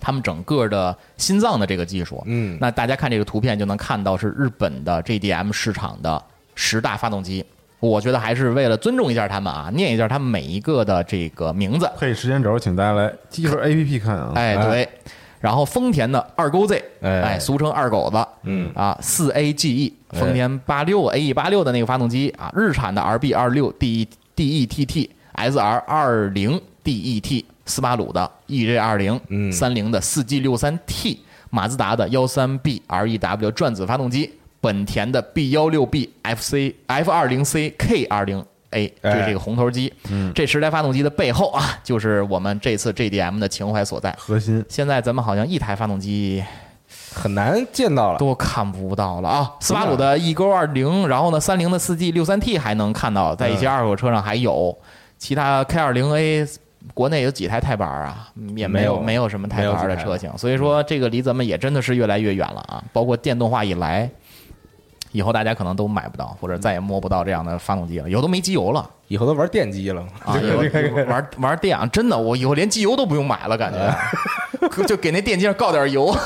他们整个的心脏的这个技术。
嗯
那大家看这个图片就能看到是日本的 JDM 市场的十大发动机。我觉得还是为了尊重一下他们啊，念一下他们每一个的这个名字。
配时间轴，请大家来记住 A P P 看啊。
哎，对。然后丰田的二勾 Z，
哎
哎，俗称二狗子，
嗯哎
啊，四 AGE，丰田八六 AE 八六的那个发动机啊，日产的 RB 二六 E DE DETT SR 二零 DET，斯巴鲁的 EJ 二零，
嗯
三菱的四 G 六三 T，马自达的幺三 B REW 转子发动机，本田的 B 幺六 B FC F 二零 C K 二零 A，就
哎
是这个红头机。嗯，这十台发动机的背后啊，就是我们这次 JDM 的情怀所在。
核心
现在咱们好像一台发动机
很难见到了。
都看不到了啊！斯巴鲁的 E 勾二零，然后呢，三菱的四 G 六三 T 还能看到，在
嗯
一些二手车上还有，其他 K 二零 A 国内有几台钛板啊，嗯也没有
没有
没有什么钛板
没有几
的
台
车型，所以说这个离咱们也真的是越来越远了啊！包括电动化以来，以后大家可能都买不到，或者再也摸不到这样的发动机了，以后都没机油了。
以后都玩电机了。
啊，有玩玩电啊，真的，我以后连机油都不用买了，感觉， *laughs* 就给那电机上告点油。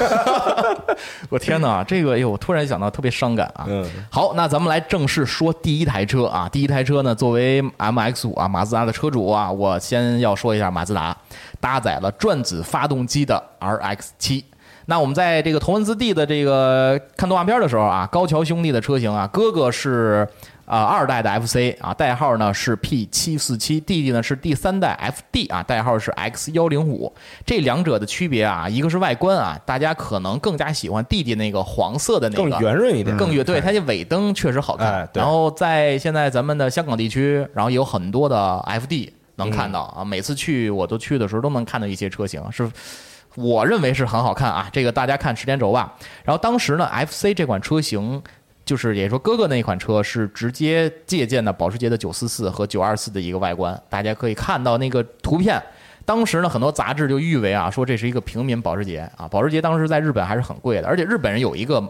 *laughs* 我天哪，这个哎呦，我突然想到特别伤感啊。
嗯
好，那咱们来正式说第一台车啊。第一台车呢，作为 MX 五啊马自达的车主啊，我先要说一下马自达搭载了转子发动机的 RX 七。那我们在这个头文字 D 的这个看动画片的时候啊，高桥兄弟的车型啊，哥哥是啊、呃二代的 FC 啊，代号呢是 P 七四七，弟弟呢是第三代 FD 啊，代号是 X 幺零五。这两者的区别啊，一个是外观啊，大家可能更加喜欢弟弟那个黄色的那个
更圆润一点
更圆对它这尾灯确实好看
嗯哎。对
然后在现在咱们的香港地区，然后有很多的 FD
嗯
能看到啊，每次去我都去的时候都能看到一些车型是。我认为是很好看啊，这个大家看时间轴吧。然后当时呢，FC 这款车型，就是也说哥哥那一款车是直接借鉴的保时捷的944和924的一个外观，大家可以看到那个图片。当时呢，很多杂志就誉为啊，说这是一个平民保时捷啊。保时捷当时在日本还是很贵的，而且日本人有一个，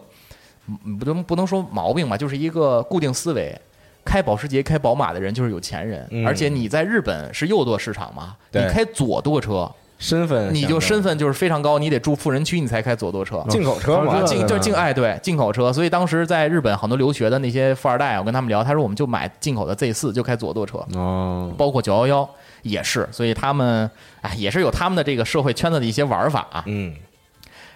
嗯不能不能说毛病吧，就是一个固定思维，开保时捷、开宝马的人就是有钱人，
嗯
而且你在日本是右舵市场嘛，你
对
开左舵车，
身份
你就身
份
份就是非常高，你得住富人区，你才开左舵车。
进口车嘛
啊，，进
对
就是
对
进
对
哎，对，进口车。所以当时在日本很多留学的那些富二代，我跟他们聊，他说我们就买进口的 Z 四，就开左舵车，
哦，
包括九幺幺也是。所以他们哎，也是有他们的这个社会圈子的一些玩法啊。
嗯，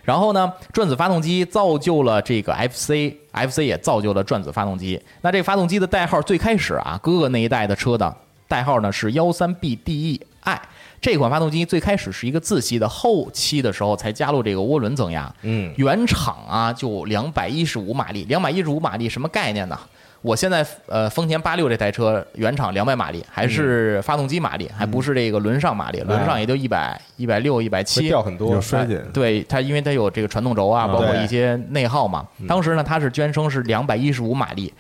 然后呢，转子发动机造就了这个 FC。FC 也造就了转子发动机。那这个发动机的代号最开始啊，哥哥那一代的车的代号呢是幺三 BDE i。这款发动机最开始是一个自吸的，后期的时候才加入这个涡轮增压。
嗯
原厂啊就两百一十五马力，两百一十五马力什么概念呢？我现在呃丰田八六这台车原厂两百马力，还
嗯
是发动机马力，还不是这个轮上马力，轮上也就一百一百六一百
会嗯
七，
掉很多
有，衰减
哎对它，因为它有这个传动轴啊，包括
对
一些内耗嘛。当时呢，它是宣称是两百一十五马力，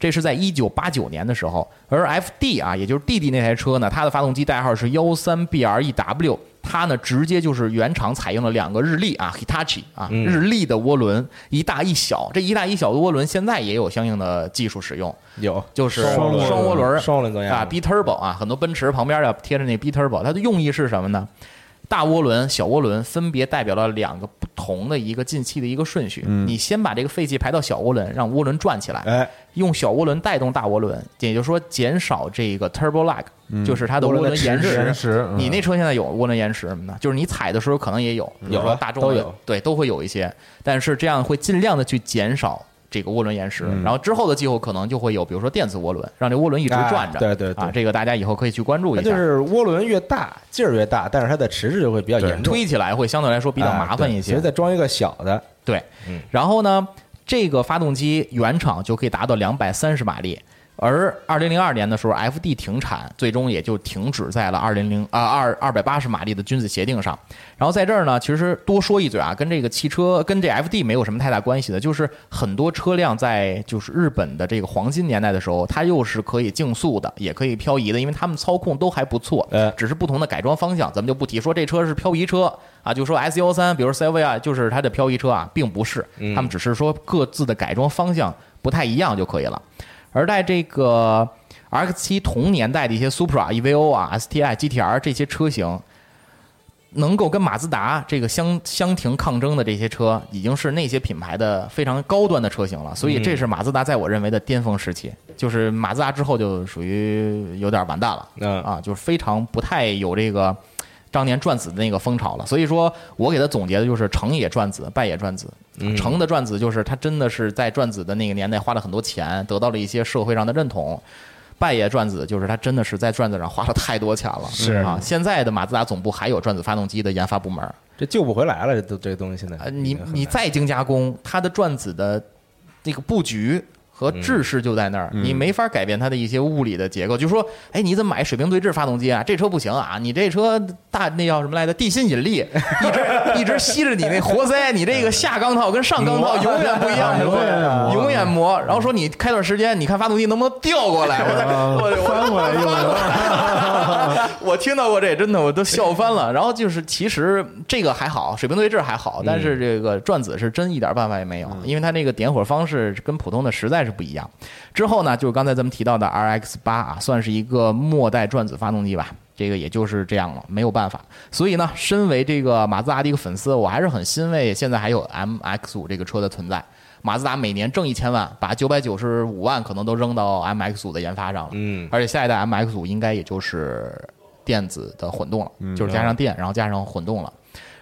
这是在一九八九年的时候。而 FD 啊，也就是弟弟那台车呢，它的发动机代号是幺三 BREW，它呢直接就是原厂采用了两个日立啊 Hitachi 啊日立的涡轮，一大一小。这一大一小的涡轮现在也有相应的技术使用。
有
就是
双
双涡轮儿
双涡轮增压
啊，B Turbo 啊，很多奔驰旁边要贴着那 B Turbo，它的用意是什么呢？大涡轮、小涡轮分别代表了两个不同的一个进气的一个顺序。你先把这个废气排到小涡轮，让涡轮转起来，
哎，
用小涡轮带动大涡轮，也就是说减少这个 turbo lag，、就是它的
涡
涡
轮的
轮延
迟滞
延迟嗯
你那车现在有涡轮延迟什么的，就是你踩的时候可能也有，比如
有
说
啊
大
都
众
有
对都会有一些，但是这样会尽量的去减少。这个涡轮延迟，
嗯
然后之后的季后可能就会有，比如说电子涡轮，让这涡轮一直
哎
转着。
对对对
啊，这个大家以后可以去关注
它
一下。
就是涡轮越大劲儿越大，但是它的迟滞就会比较严重，
推起来会相对来说比较
哎
麻烦
对
一些。
所以再装一个小的，
对，然后呢，这个发动机原厂就可以达到两百三十马力，而二零零二年的时候，FD 停产，最终也就停止在了二零零啊二二百八十马力的君子协定上。然后在这儿呢，其实多说一嘴啊，跟这个汽车跟这 FD 没有什么太大关系的，就是很多车辆在就是日本的这个黄金年代的时候，它又是可以竞速的，也可以漂移的，因为他们操控都还不错，
呃
只是不同的改装方向，咱们就不提说这车是漂移车啊，就说 S 幺三，比如 C V 啊，就是它的漂移车啊，并不是，他们只是说各自的改装方向不太一样就可以了。而在这个 RX 七同年代的一些 Supra、EVO 啊、STI、GTR 这些车型，能够跟马自达这个相相庭抗争的这些车，已经是那些品牌的非常高端的车型了。所以这是马自达在我认为的巅峰时期，就是马自达之后就属于有点完蛋了，
嗯
啊，就是非常不太有这个。当年转子的那个风潮了，所以说我给他总结的就是成也转子，败也转子。成的转子就是他真的是在转子的那个年代花了很多钱，得到了一些社会上的认同。拜爷转子就是他真的是在转子上花了太多钱了，是啊。现在的马自达总部还有转子发动机的研发部门，
这救不回来了，这都这个东西现在
呃，你
已经很
你
难
再精加工，它的转子的那个布局和制式就在那儿，你没法改变它的一些物理的结构。就说，哎，你怎么买水平对置发动机啊？这车不行啊，你这车大那叫什么来着？地心引力 *laughs* 一直一直吸着你那活塞，你这个下钢套跟上钢套永远不一样，
永远 *laughs* 磨
永远磨。然后说你开段时间，你看发动机能不能调过来？我我我
啊翻过来又能，
*laughs* 我听到过这，真的我都笑翻了。然后就是，其实这个还好，水平对置还好，但是这个转子是真一点办法也没有，
嗯
因为它那个点火方式跟普通的实在是不一样。之后呢，就是刚才咱们提到的 RX 八啊，算是一个末代转子发动机吧。这个也就是这样了，没有办法。所以呢，身为这个马自达的一个粉丝，我还是很欣慰，现在还有 MX 五这个车的存在。马自达每年挣一千万，把九百九十五万可能都扔到 MX 五的研发上了。
嗯
而且下一代 MX 五应该也就是电子的混动了，
嗯
就是加上电，然后加上混动了。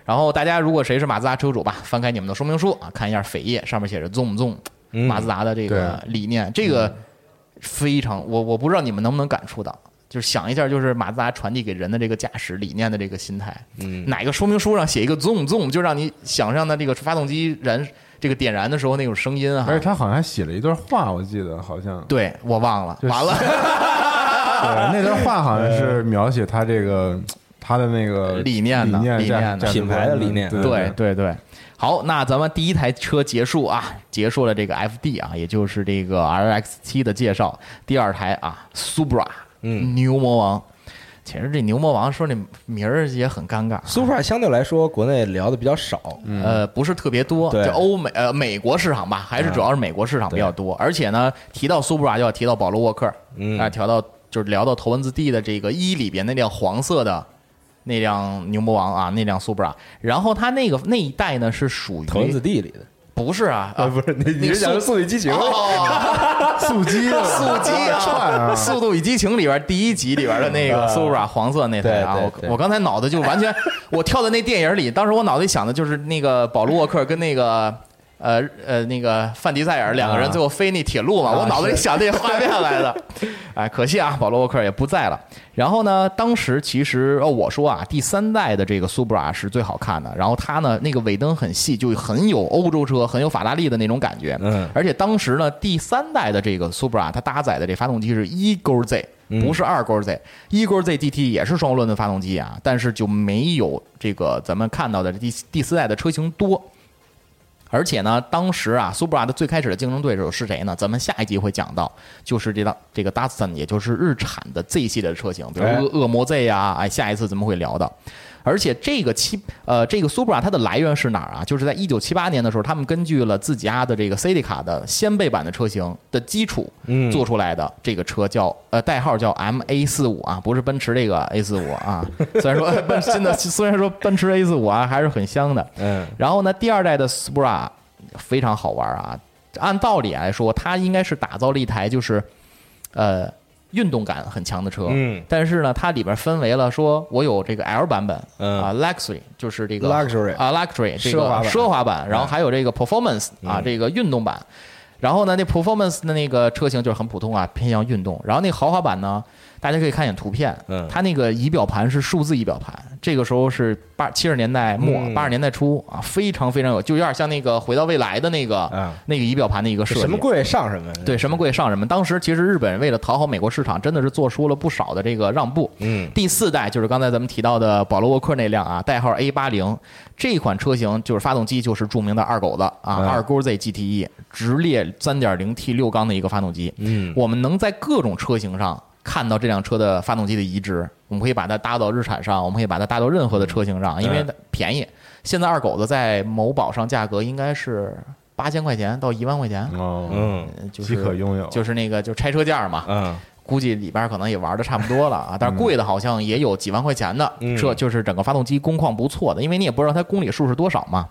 然后大家如果谁是马自达车主吧，翻开你们的说明书啊，看一下扉页，上面写着 “Zoom Zoom”，马
嗯
自达的这个理念，这个非常我我不知道你们能不能感触到，就是想一下，就是马自达传递给人的这个驾驶理念的这个心态，嗯，哪个说明书上写一个 “Zoom Zoom”，就让你想象的这个发动机燃这个点燃的时候那种声音啊，
而且他好像还写了一段话，我记得好像，
对我忘了，
是
完了。
对，那段话好像是描写他这个他的那个
理念呢
理念
理念
价
呢
价值
品牌的
观
理念
对
对对对。好，那咱们第一台车结束啊，结束了这个 FD 啊，也就是这个 RX 七的介绍。第二台啊，Supra，嗯，牛魔王。其实这牛魔王说这名儿也很尴尬啊，
Supra 相对来说国内聊的比较少，
呃，不是特别多，
嗯对嗯
就欧美呃美国市场吧，还是主要是美国市场比较多。而且呢，提到苏布拉就要提到保罗沃克，
嗯
啊，调到就是聊到头文字 D 的这个一里边那辆黄色的那辆牛魔王啊，那辆苏布拉。然后它那个那一代呢是属于
头文字 D 里的
不是啊，啊
*laughs* 不是你
那
你
个
是讲的《
速
速度与激情》
速激啊，
*laughs* 速激
串
啊，《
啊
*laughs* 速度与激情》里边第一集里边的那
啊
个 Supra 黄色那台啊，
对对
我
对
我刚才脑子就完全，我跳到那电影里，当时我脑子里想的就是那个保罗沃克跟那个呃呃那个范迪塞尔两
啊
个人最后飞那铁路嘛，我脑子里想那画面来的。哎，可惜啊，保罗沃克也不在了。然后呢，当时其实哦，我说啊，第三代的这个苏布拉是最好看的。然后它呢，那个尾灯很细，就很有欧洲车，很有法拉利的那种感觉。
嗯
而且当时呢，第三代的这个苏布拉，它搭载的这发动机是一勾 Z，不是二勾 Z。一勾 Z GT 也是双涡轮的发动机啊，但是就没有这个咱们看到的第第四代的车型多。而且呢，当时啊，苏布拉的最开始的竞争对手是谁呢？咱们下一集会讲到，就是这辆这个 Datsun，也就是日产的 Z 系列的车型，比如
哎
恶恶魔 Z 啊，哎，下一次咱们会聊到。而且这个七呃，这个苏布拉它的来源是哪儿啊？就是在一九七八年的时候，他们根据了自家的这个 c i t i c a 的先辈版的车型的基础，
嗯
做出来的这个车叫呃代号叫 M A 四五啊，不是奔驰这个 A 四五啊。 *laughs* 虽然说奔真的虽然说奔驰 A 四五啊还是很香的，
嗯，
然后呢，第二代的 Supra 非常好玩啊。按道理来说，它应该是打造了一台就是，呃，运动感很强的车。
嗯
但是呢，它里边分为了说，我有这个 L 版本，
嗯
啊，Luxury 就是这个
Luxury
啊，Luxury 这
奢华
个
版嗯
奢华版，然后还有这个 Performance 啊，这个运动版。然后呢，那 performance 的那个车型就是很普通啊，偏向运动。然后那豪华版呢，大家可以看一眼图片，
嗯
它那个仪表盘是数字仪表盘，这个时候是八七十年代末
嗯
八十、年代初啊，非常非常有，就有点像那个回到未来的那个、
嗯
那个仪表盘的一个设计。
*laughs* 什么贵上什么，
对，什么贵上什么。当时其实日本为了讨好美国市场，真的是做出了不少的这个让步。
嗯
第四代就是刚才咱们提到的保罗沃克那辆啊，代号 A 八零，这款车型就是发动机就是著名的二狗子
嗯
啊，二勾 Z GTE 直列三点零 T 六缸的一个发动机。
嗯，
我们能在各种车型上看到这辆车的发动机的移植，我们可以把它搭到日产上，我们可以把它搭到任何的车型
嗯
上，因为它便宜。现在二狗子在某宝上价格应该是八千块钱到一万块钱，
哦，
嗯
就是
即可拥有
就是那个就拆车价嘛，
嗯
估计里边可能也玩的差不多了啊，但是贵的好像也有几万块钱的，
嗯
这就是整个发动机工况不错的，因为你也不知道它公里数是多少嘛。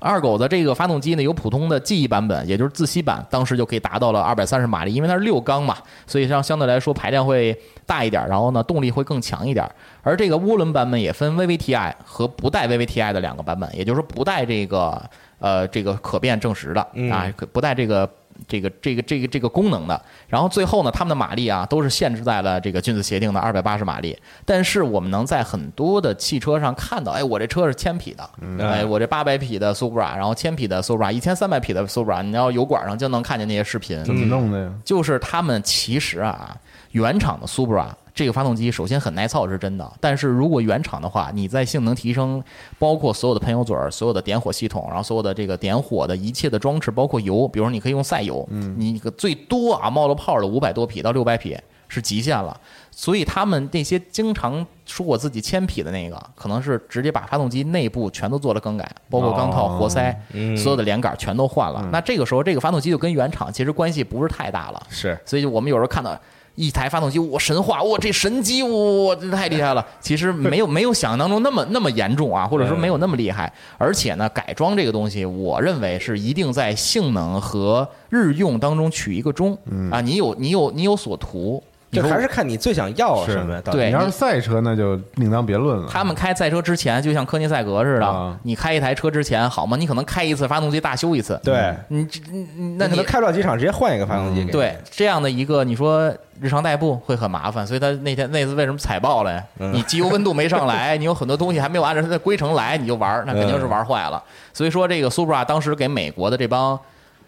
二狗的这个发动机呢，有普通的 GE 版本，也就是自吸版，当时就可以达到了二百三十马力，因为它是六缸嘛，所以上相对来说排量会大一点，然后呢动力会更强一点。而这个涡轮版本也分 VVTi 和不带 VVTi 的两个版本，也就是说不带这个呃这个可变正时的
嗯
啊，可不带这个这个这个这个这个功能的。然后最后呢，他们的马力啊都是限制在了这个君子协定的二百八十马力。但是我们能在很多的汽车上看到，哎，我这车是千匹的，哎，我这八百匹的 Supra，然后千匹的 Supra，一千三百匹的 Supra，你要油管上就能看见那些视频。
怎么弄的呀？
就是他们其实啊，原厂的 Supra 啊这个发动机首先很耐操是真的，但是如果原厂的话，你在性能提升，包括所有的喷油嘴儿、所有的点火系统，然后所有的这个点火的一切的装置，包括油，比如你可以用赛油，嗯，你可最多啊冒了泡的五百多匹到六百匹是极限了。所以他们那些经常说我自己千匹的那个，可能是直接把发动机内部全都做了更改，包括钢
哦
套、活塞，
嗯
所有的连杆全都换了。那这个时候，这个发动机就跟原厂其实关系不是太大了。
是
所以就我们有时候看到一台发动机，我神话，哇，这神机，哇，这太厉
*laughs*
害了。其实没有没有想象当中那么那么严重啊，
嗯
或者说没有那么厉害。而且呢，改装这个东西，我认为是一定在性能和日用当中取一个中啊。你有你有你有所图，你
这嗯
说
还是看你最想要什么。到底
对
你要是赛车，那就另当别论了。
他们开赛车之前，就像科涅塞格似的
啊，
你开一台车之前好吗？你可能开一次发动机大修一次，
对，
你这你你那
可
你
能开不了几场，直接换一个发动机给你。
嗯对这样的一个，你说日常代步会很麻烦，所以他那天那次为什么踩爆了呀？
嗯
你机油温度没上来，你有很多东西还没有按照它的规程来，你就玩儿，那
嗯
肯定是玩坏了。所以说，这个 Supra 当时给美国的这帮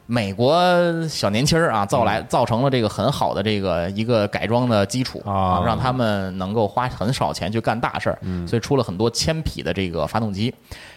美国小年轻儿啊，造
嗯
来造成了这个很好的这个一个改装的基础
啊
让他们能够花很少钱去干大事儿，
嗯
所以出了很多千匹的这个发动机。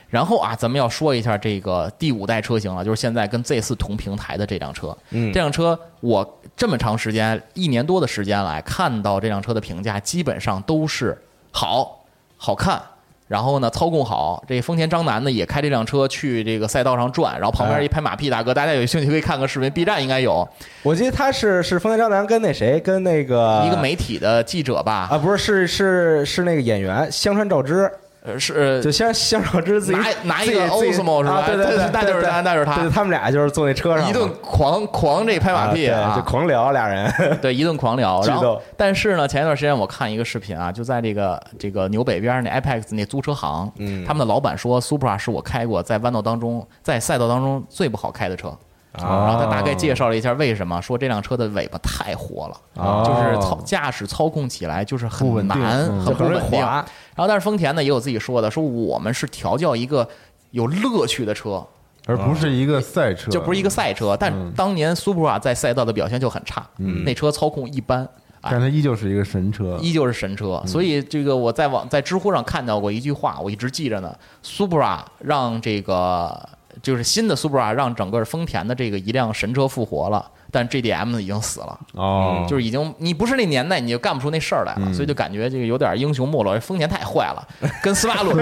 然后啊，咱们要说一下这个第五代车型了，就是现在跟 Z 四同平台的这辆车。嗯，这辆车我这么长时间一年多的时间来看到这辆车的评价，基本上都是好、好看。然后呢，操控好。这丰田章男呢也开这辆车去这个赛道上转，然后旁边一拍马屁大哥，大家有兴趣可以看看视频，B 站应该有
我记得他是是丰田章男跟那谁跟那个啊
一个媒体的记者吧，
啊，不是是是是那个演员香川照之
呃是
就先先少之自己
拿拿一个
自己自己
Osmo 是吧
啊对对对
那，那就是
对对
他那就是他
对他们俩就是坐那车上嘛
一顿狂狂这拍马屁
啊，
啊，
对就狂聊俩人，
对，一顿狂聊。
巨
然后
逗，
但是呢，前一段时间我看一个视频啊，就在这个这个纽北边儿那 IPAX 那租车行，嗯，他们的老板说，Supra 是我开过在弯道当中，在赛道当中最不好开的车。然后他大概介绍了一下为什么，说这辆车的尾巴太活了，就是操驾驶操控起来就是
不
很
稳定
难，
嗯
很不
很容易
稳定。
滑
然后，但是丰田呢也有自己说的，说我们是调教一个有乐趣的车，
而不是一个赛车，
嗯就不是一个赛车。但当年 Supra 在赛道的表现就很差，那车操控一般。啊
但它依旧是一个神车。
依旧是神车。
嗯
所以这个我在网在知乎上看到过一句话，我一直记着呢。Supra 让这个就是新的 Supra 让整个丰田的这个一辆神车复活了，但 GDM 已经死了。
哦，
嗯
嗯
就是已经你不是那年代，你就干不出那事儿来了，所以就感觉这个有点英雄没落。丰田太坏
*laughs*
了，跟斯巴鲁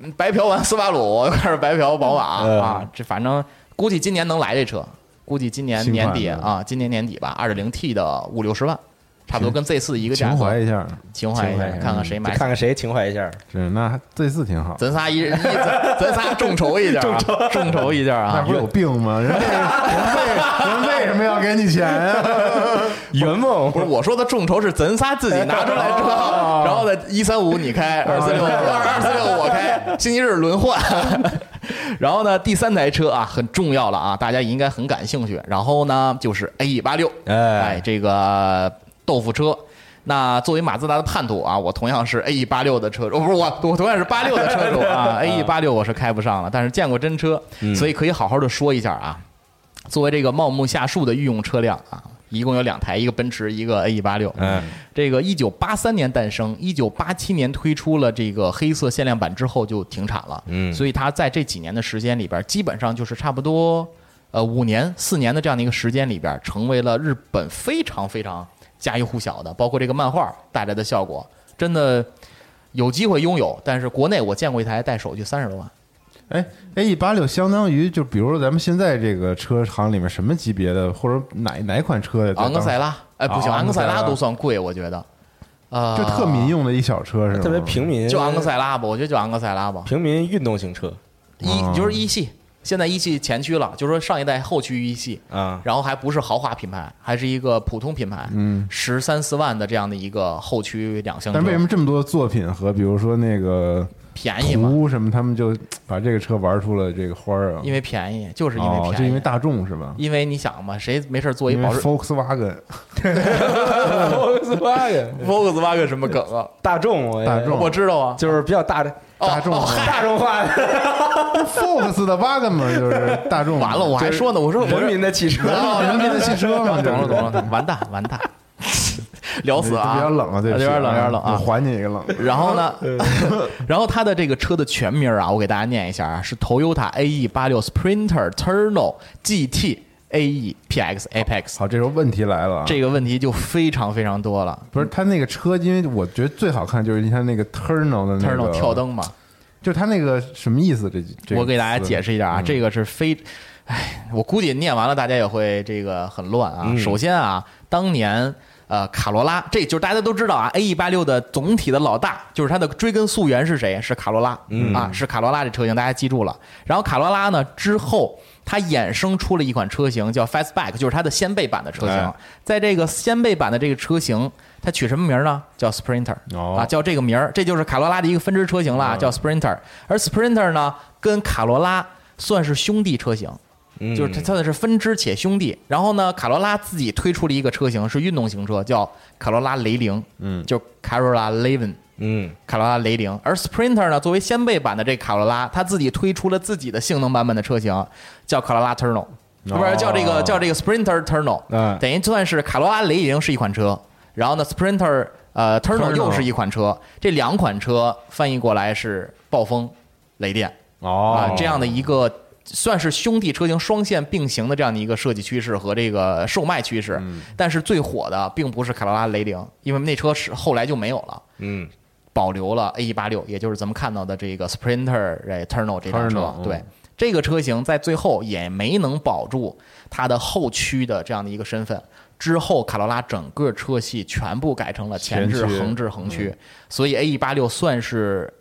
嗯白嫖完斯巴鲁，又开始白嫖宝马
嗯
啊，这反正估计今年能来这车，估计今年
新款
年
的
底啊，今年年底吧，二点零 T 的五六十万，差不多跟 Z 四一个价
情
格
怀，一下，
情怀一
*laughs*
下，哎嗯看看谁买
嗯就。看看谁情怀一下。
是那 Z 四挺好。
咱仨一，一 *laughs* 咱咱仨众筹一下啊，众筹一下
那
啊
不！是有病吗？人为人为人为什么要给你钱啊？
*laughs*
圆梦
不是我说哦的众筹是咱仨自己拿出来 *laughs* 之后，然后呢，一三五你 *laughs* 开，二四六二四六我 *laughs* 开，星期日轮换。然后呢，第三台车啊很重要了啊，大家也应该很感兴趣。然后呢，就是 A E 八六，
哎
哎，这个豆腐车。那作为马自达的叛徒啊，我同样是 A E 八六的车主，哦不是我，我同样是八六的车主 *laughs* 啊。A E 八六我是开不上了，但是见过真车，所以可以好好的说一下啊。作为这个茂木下树的御用车辆啊，一共有两台，一个奔驰，一个 A E 八六。嗯，这个一九八三年诞生，一九八七年推出了这个黑色限量版之后就停产了。嗯，所以它在这几年的时间里边，基本上就是差不多呃五年、四年的这样的一个时间里边，成为了日本非常非常家喻户晓的，包括这个漫画带来的效果，真的。有机会拥有，但是国内我见过一台带手续三十多万，
*laughs* 哎，A E 八六相当于就比如说咱们现在这个车行里面什么级别的，或者哪哪款车的？
昂克赛拉，哎，不行，
哦
昂克赛
昂克赛
拉
拉
都算贵，我觉得，呃，
就特民用的一小车是吗？
特别平民，
就昂克赛拉吧，我觉得就昂克赛拉吧。
平民运动型车
嗯
一就是一系，现在一系前驱了，就是说上一代后驱一系， *laughs*
啊，
然后还不是豪华品牌，还是一个普通品牌，
嗯
十三四万的这样的一个后驱两厢车，
但是为什么这么多作品和比如说那个
便宜嘛？
图什么，他们就把这个车玩出了这个花儿啊？
因为便宜，就是因为
哦
便宜，
就因为大众是吧？
因为你想嘛，谁没事儿做一
因为
保时
Volkswagen *laughs*
，Volkswagen 什么梗啊？
大众，我
大众
我知道啊，
就是比较大的
哦
大众
哦嗨
大众化的 *laughs*
Fox 的 wagon 嘛，就是大众。
完了，我还说呢，我说我说啊
人民的汽车，
哦人民的汽车嘛，
懂
就是
了懂了，懂了完蛋完蛋，聊死啊！
比较冷啊，对不
有
起啊，
点冷有点冷啊
我！还你一个冷。
然后呢， *laughs* 然后它的这个车的全名啊，我给大家念一下啊，是 Toyota AE 八六 Sprinter Turbo GT AE PX E Apex。
好，这时候问题来了啊，
这个问题就非常非常多了。
不是他那个车，因为我觉得最好看就是它那个 Turno 的那
Turbo
个
跳，灯嘛，
就是它那个什么意思？这这个
我给大家解释一下啊，
嗯
这个是非，哎，我估计念完了大家也会这个很乱
嗯
啊。首先啊，当年呃卡罗拉，这就是大家都知道啊，A E 八六的总体的老大，就是它的追根溯源是谁？是卡罗拉、
嗯
啊，是卡罗拉这车型，大家记住了。然后卡罗拉呢之后。它衍生出了一款车型叫 Fastback，就是它的掀背版的车型
哎。
在这个掀背版的这个车型，它取什么名儿呢？叫 Sprinter
哦
啊，叫这个名儿，这就是卡罗拉的一个分支车型了，啊叫 Sprinter。而 Sprinter 呢，跟卡罗拉算是兄弟车型，就是它算是分支且兄弟。然后呢，卡罗拉自己推出了一个车型是运动型车，叫卡罗拉雷凌，嗯，就 Carola Levin。
嗯，
卡罗拉雷凌，而 Sprinter 呢，作为掀背版的这卡罗拉，它自己推出了自己的性能版本的车型，叫卡罗拉 Turno，不是叫这个叫这个 Sprinter Turno，、
嗯
等于算是卡罗拉雷凌是一款车，然后呢 Sprinter 呃 Turno
Turno
又是一款车，这两款车翻译过来是暴风、雷电啊、
哦
这样的一个。算是兄弟车型双线并行的这样的一个设计趋势和这个售卖趋势，
嗯
但是最火的并不是卡罗拉雷凌，因为那车是后来就没有了。
嗯
保留了 A 1 8 6也就是咱们看到的这个 Sprinter 这 Turno 这辆车
Turno，。嗯
对，这个车型在最后也没能保住它的后驱的这样的一个身份。之后，卡罗拉整个车系全部改成了前置、
前驱嗯
横置、横驱，所以 A 1 8 6算是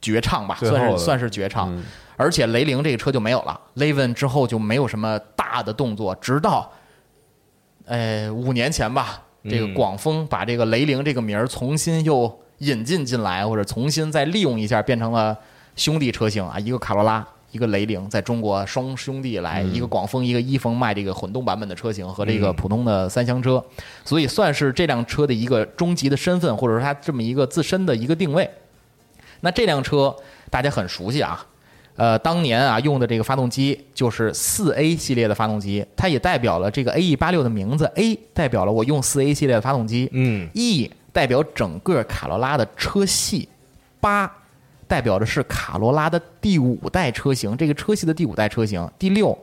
绝唱吧，
最后
算是
的
算是绝唱。
嗯
而且雷凌这个车就没有了，Leven 之后就没有什么大的动作，直到，呃，五年前吧，这个
嗯
广丰把这个雷凌这个名儿重新又引进进来，或者重新再利用一下，变成了兄弟车型啊，一个卡罗拉。一个雷凌在中国双兄弟来，
嗯
一个广丰，一个一丰卖这个混动版本的车型和这个普通的三厢车，所以算是这辆车的一个终极的身份，或者说它这么一个自身的一个定位。那这辆车大家很熟悉啊，呃，当年啊用的这个发动机就是四 A 系列的发动机，它也代表了这个 A E 八六的名字，A 代表了我用四 A 系列的发动机，
嗯
，E 代表整个卡罗拉的车系，八代表的是卡罗拉的第五代车型，这个车系的第五代车型，第六。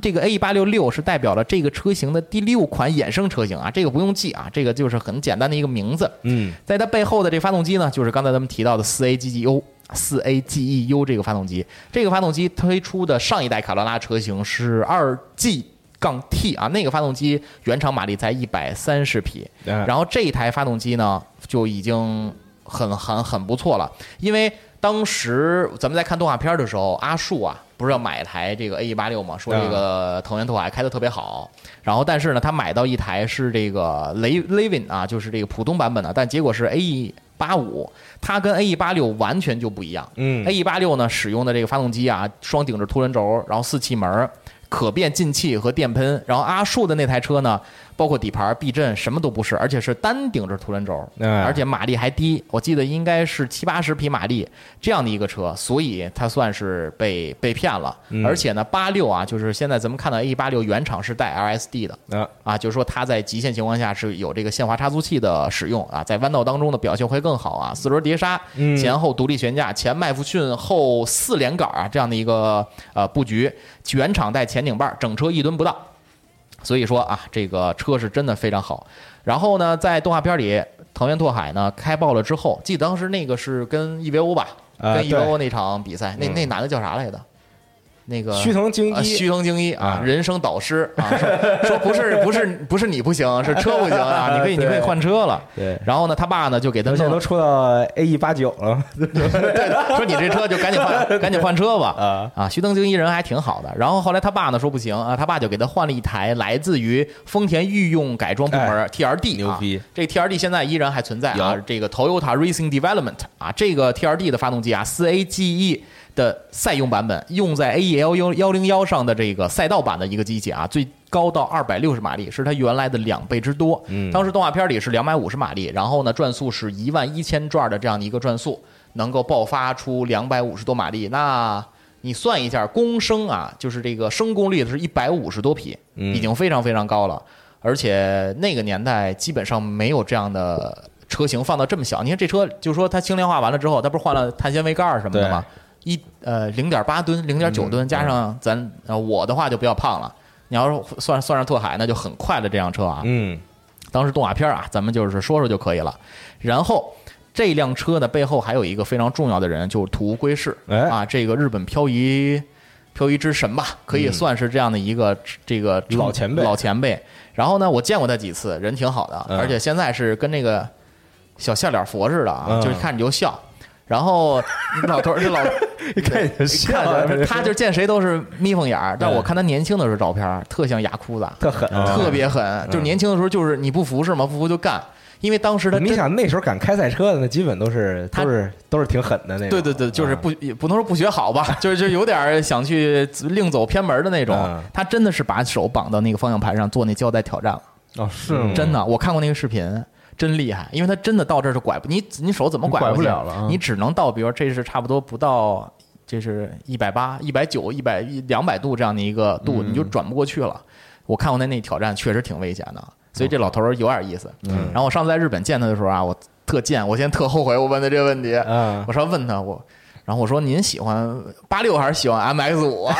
这个 A 八六六是代表了这个车型的第六款衍生车型啊，这个不用记啊，这个就是很简单的一个名字。
嗯，
在它背后的这发动机呢，就是刚才咱们提到的四 A GGU 四 A GEU 这个发动机。这个发动机推出的上一代卡罗拉车型是二 G 杠 T 啊，那个发动机原厂马力才一百三十匹，
啊
然后这一台发动机呢就已经很很很不错了，因为当时咱们在看动画片的时候，阿树啊不是要买一台这个 A E 八六嘛，说这个呃藤原拓海开的特别好，然后但是呢他买到一台是这个雷 Levin 啊，就是这个普通版本的，但结果是 A E 八五，它跟 A E 八六完全就不一样，
嗯
，A E 八六呢使用的这个发动机啊，双顶置凸轮轴，然后四气门儿。可变进气和电喷，然后阿树的那台车呢，包括底盘、避震什么都不是，而且是单顶置凸轮轴，
哎
而且马力还低，我记得应该是七八十匹马力这样的一个车，所以它算是被被骗了。而且呢，八六啊，就是现在咱们看到 A 八六原厂是带 LSD 的，
啊，
啊，就是说它在极限情况下是有这个限滑差速器的使用啊，在弯道当中的表现会更好啊。四轮碟刹，
嗯
前后独立悬架，前麦弗逊后四连杆啊，这样的一个呃布局，原厂带前顶把，整车一吨不到。所以说啊，这个车是真的非常好。然后呢，在动画片里，藤原拓海呢开爆了之后，记得当时那个是跟 EVO 吧，
啊
跟
对
EVO 那场比赛，那那男的叫啥来着？那个
须藤京
啊
一
须藤京一啊
啊，
人生导师啊，说 *laughs* 说不是不是不是你不行，是车不
*laughs*
行啊，你可以你可以换车了。
对
然后呢，他爸呢就给他
现在
弄 *laughs*
都出到 A E 八九了，
说你这车就赶紧
*laughs*
换，赶紧换车吧
啊。
啊，徐登京一人还挺好的。然后后来他爸呢说不行啊，他爸就给他换了一台来自于丰田御用改装部门
哎
TRD，
牛逼
啊。这个 TRD 现在依然还存在啊
有，
这个 Toyota Racing Development 啊，这个 TRD 的发动机啊，4 A GE。的赛用版本用在 A E L 幺幺零幺上的这个赛道版的一个机器啊，最高到二百六十马力，是它原来的两倍之多。嗯，当时动画片里是两百五十马力，然后呢转速是一万一千转的这样的一个转速，能够爆发出两百五十多马力。那你算一下，公升啊，就是这个升功率是一百五十多匹，已经非常非常高了。而且那个年代基本上没有这样的车型放到这么小。你看这车，就是说它轻量化完了之后，它不是换了碳纤维盖儿什么的吗？一呃零点八吨、零点九吨，加上咱呃我的话就比较胖了。你要是算算上拓海，那就很快了。这辆车
*laughs*
啊，
嗯
当时动画片啊，咱们就是说说就可以了。然后这辆车呢，背后还有一个非常重要的人，就是土屋圭市、
哎
啊，这个日本漂移漂移之神吧，可以算是这样的一个、这个称
老前辈
老前辈。然后呢，我见过他几次，人挺好的，
嗯
而且现在是跟那个小笑脸佛似的啊，
嗯
就是看着就笑。然后老头儿，这
*laughs*
老
看你
嗯看着他就是见谁都是眯缝眼儿，但
嗯
我看他年轻的时候照片儿，特像牙哭子，啊
特狠。啊
特别
嗯
狠，就是年轻的时候就是你不服是吗？不服就干，因为当时他
你
真
想那时候敢开赛车的，那基本都是
他
都是都是挺狠的那种。啊
对对对，
嗯
就是不也不能说不学
*laughs*
好吧，就是就有点儿想去另走偏门的那种
嗯。
他真的是把手绑到那个方向盘上做那胶带挑战了，
哦，是吗
真的，我看过那个视频。真厉害，因为他真的到这儿是拐不你你手怎么拐
拐
过去
不了了啊
你只能到，比如这是差不多不到，这是一百八、一百九、一百两百度这样的一个度，
嗯
你就转不过去了。我看过他那挑战，确实挺危险的，所以这老头儿有点意思。
嗯
然后我上次在日本见他的时候啊，我特贱，我现在特后悔我问他这个问题。
嗯
我说问他我，然后我说您喜欢八六还是喜欢 MX 五啊？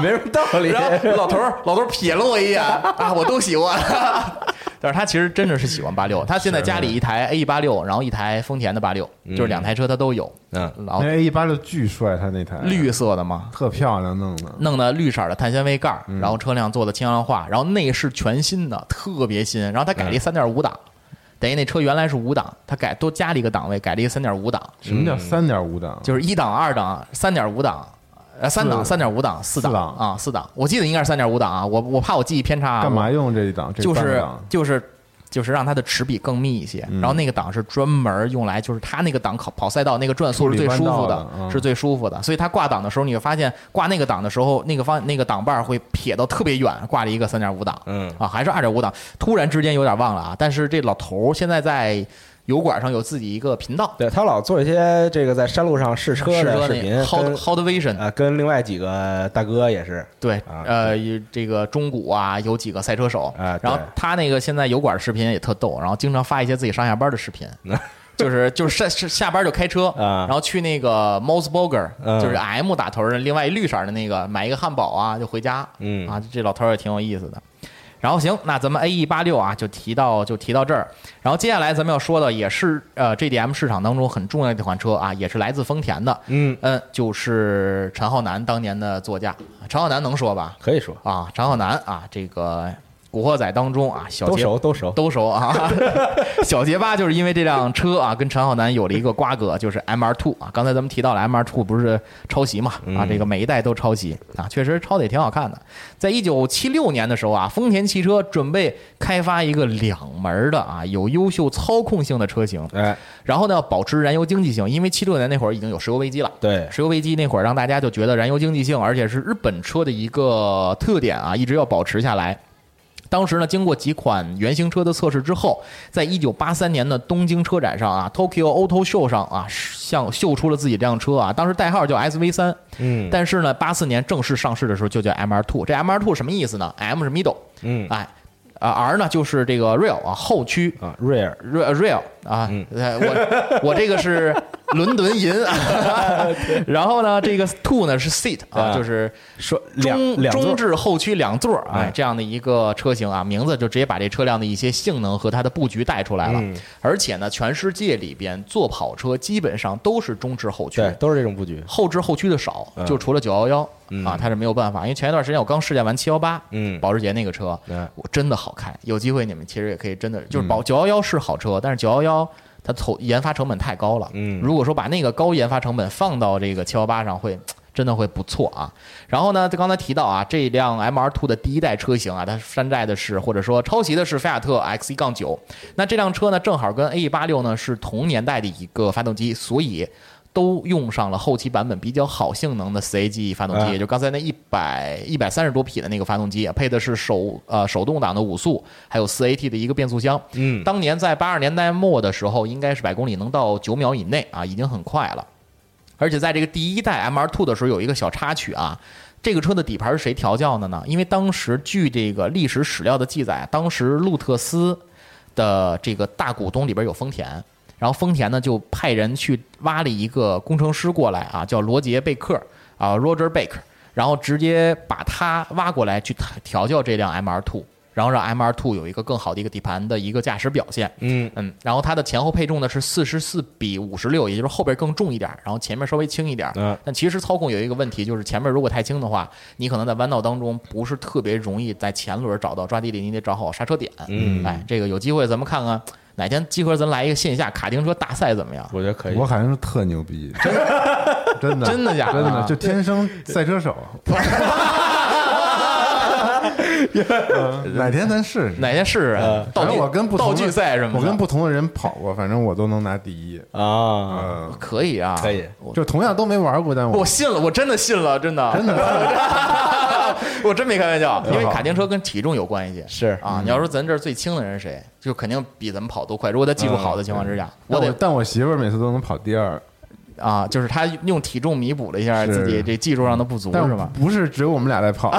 没什么道理。
然后老头儿老头儿瞥了我一眼啊，我都喜欢。 *laughs* 但是他其实真的是喜欢八六，他现在家里一台 A 八六，然后一台丰田的八六，就是两台车他都有。
嗯，
然后
那 A 哎一八六巨帅，他那台
绿嗯色的嘛，
特漂亮，弄的
弄的绿色的碳纤维盖儿，嗯然后车辆做的轻量化，然后内饰全新的，特别新。然后它改了一三点五档，等于那车原来是五档，它改多加了一个档位，改了一个三点五档，
什么叫三点五档？
就是一档、二档、三点五档。呃，三档、三点五档、四档
四档
啊，四档，我记得应该是三点五档啊，我我怕我记忆偏差啊，
干
我
嘛用这一档？这
就
半个
是
档
就是就是让它的齿比更密一些，
嗯
然后那个档是专门用来，就是它那个档跑跑赛道那个转速是最舒
处
服
理弯道
的
的，嗯
是最舒服的。所以它挂档的时候，你会发现挂那个档的时候，那个方那个档把儿会撇到特别远，挂了一个三点五档，
嗯
啊，还是二点五档。突然之间有点忘了啊，但是这老头儿现在在油管上有自己一个频道，
对他老做一些这个在山路上试车
是
的
说
视频
那 Hot
跟
Hot Vision，
啊，跟另外几个大哥也是，
对
啊，
呃，有这个中古啊，有几个赛车手
哎，
然后
对
他那个现在油管视频也特逗，然后经常发一些自己上下班的视频，就是就是下下下班就开车，
啊
然后去那个 m o s b u r g e
嗯
r 就是 M 打头的另外一绿色的那个买一个汉堡啊就回家，
嗯
啊，这老头儿也挺有意思的。然后行，那咱们 A E 八六啊，就提到就提到这儿。然后接下来咱们要说的也是呃 G D M 市场当中很重要的一款车啊，也是来自丰田的，
嗯
嗯，就是陈浩南当年的座驾。陈浩南能说吧？
可以说
啊，陈浩南啊，这个《古惑仔》当中啊，小
都
结
熟都熟，
都熟啊。 *laughs* 小结巴就是因为这辆车啊，跟陈浩南有了一个瓜葛，就是 M R Two 啊。刚才咱们提到了 M R Two 不是抄袭嘛？啊，这个每一代都抄袭啊，确实抄的也挺好看的。在一九七六年的时候啊，丰田汽车准备开发一个两门儿的啊，有优秀操控性的车型，
哎，
然后呢，保持燃油经济性，因为七六年那会儿已经有石油危机了。
对
石油危机那会儿让大家就觉得燃油经济性，而且是日本车的一个特点啊，一直要保持下来。当时呢，经过几款原型车的测试之后，在一九八三年的东京车展上啊，Tokyo Auto Show 上啊，向秀出了自己这辆车啊，当时代号叫 SV 三，
嗯
但是呢，八四年正式上市的时候就叫 MR Two，这 MR Two 什么意思呢？M 是 middle，
嗯
哎，啊 R 呢就是这个 real 啊后驱
啊，瑞尔
real real 啊，
嗯
呃我我这个是伦
*laughs*
敦银啊，然后呢，这个 two 呢是 seat 啊，
啊
就是
说两
中
两座
中置后驱两座儿，哎
哎，
这样的一个车型啊，名字就直接把这车辆的一些性能和它的布局带出来了，
嗯
而且呢，全世界里边做跑车基本上都是中置后驱，
对，都是这种布局，
后置后驱的少，
嗯
就除了九幺幺啊，它是没有办法。因为前一段时间我刚试驾完七幺八，
嗯
保时捷那个车
嗯，
我真的好开。有机会你们其实也可以真的，就是保九幺幺是好车，但是九幺幺它投研发成本太高了。
嗯
如果说把那个高研发成本放到这个七幺八上，会真的会不错啊。然后呢，就刚才提到啊，这辆 MR Two 的第一代车型啊，它山寨的是或者说抄袭的是菲亚特 X 一杠九。那这辆车呢，正好跟 A 八六呢是同年代的一个发动机，所以都用上了后期版本比较好性能的 CAG 发动机，
啊
也就刚才那一百一百三十多匹的那个发动机，啊配的是手呃手动挡的五速，还有四 AT 的一个变速箱。
嗯
当年在八十年代末的时候，应该是百公里能到九秒以内啊，已经很快了。而且在这个第一代 MR Two 的时候，有一个小插曲啊。这个车的底盘是谁调教的呢？因为当时据这个历史史料的记载，当时路特斯的这个大股东里边有丰田，然后丰田呢就派人去挖了一个工程师过来啊，叫罗杰贝克啊，Roger Baker，然后直接把他挖过来去调调教这辆 MR Two，然后让 MR Two 有一个更好的一个底盘的一个驾驶表现。
嗯
嗯，然后它的前后配重呢是四十四比五十六，也就是后边更重一点儿，然后前面稍微轻一点儿。
嗯
但其实操控有一个问题，就是前面如果太轻的话，你可能在弯道当中不是特别容易在前轮找到抓地力，你得找好刹车点。
嗯
哎，这个有机会咱们看看哪天集合，咱来一个线下卡丁车大赛怎么样？ *laughs*
我觉得可以
我，好像是特牛逼，真的真的
真的假的啊
真的就天生赛车手。嗯哪天咱试试？
哪天试试啊
嗯
道
反正
具
我跟不同
道
的
具赛什么的？
我跟不同的人跑过，反正我都能拿第一。
啊，
嗯，
可以啊，
可以，
就同样都没玩过，但
我
我
信了，我真的信了，真的，真的， *laughs* 我真没开玩笑，因为卡丁车跟体重有关系，
是
嗯
啊，你要说咱这儿最轻的人是谁，就肯定比咱们跑都快。如果他技术
嗯
好的情况之下，我
但
得
但我媳妇儿每次都能跑第二，
啊，就是他用体重弥补了一下
是
自己这技术上的不足，
但
是
*laughs*
吧？
不是只有我们俩在
*laughs*
跑。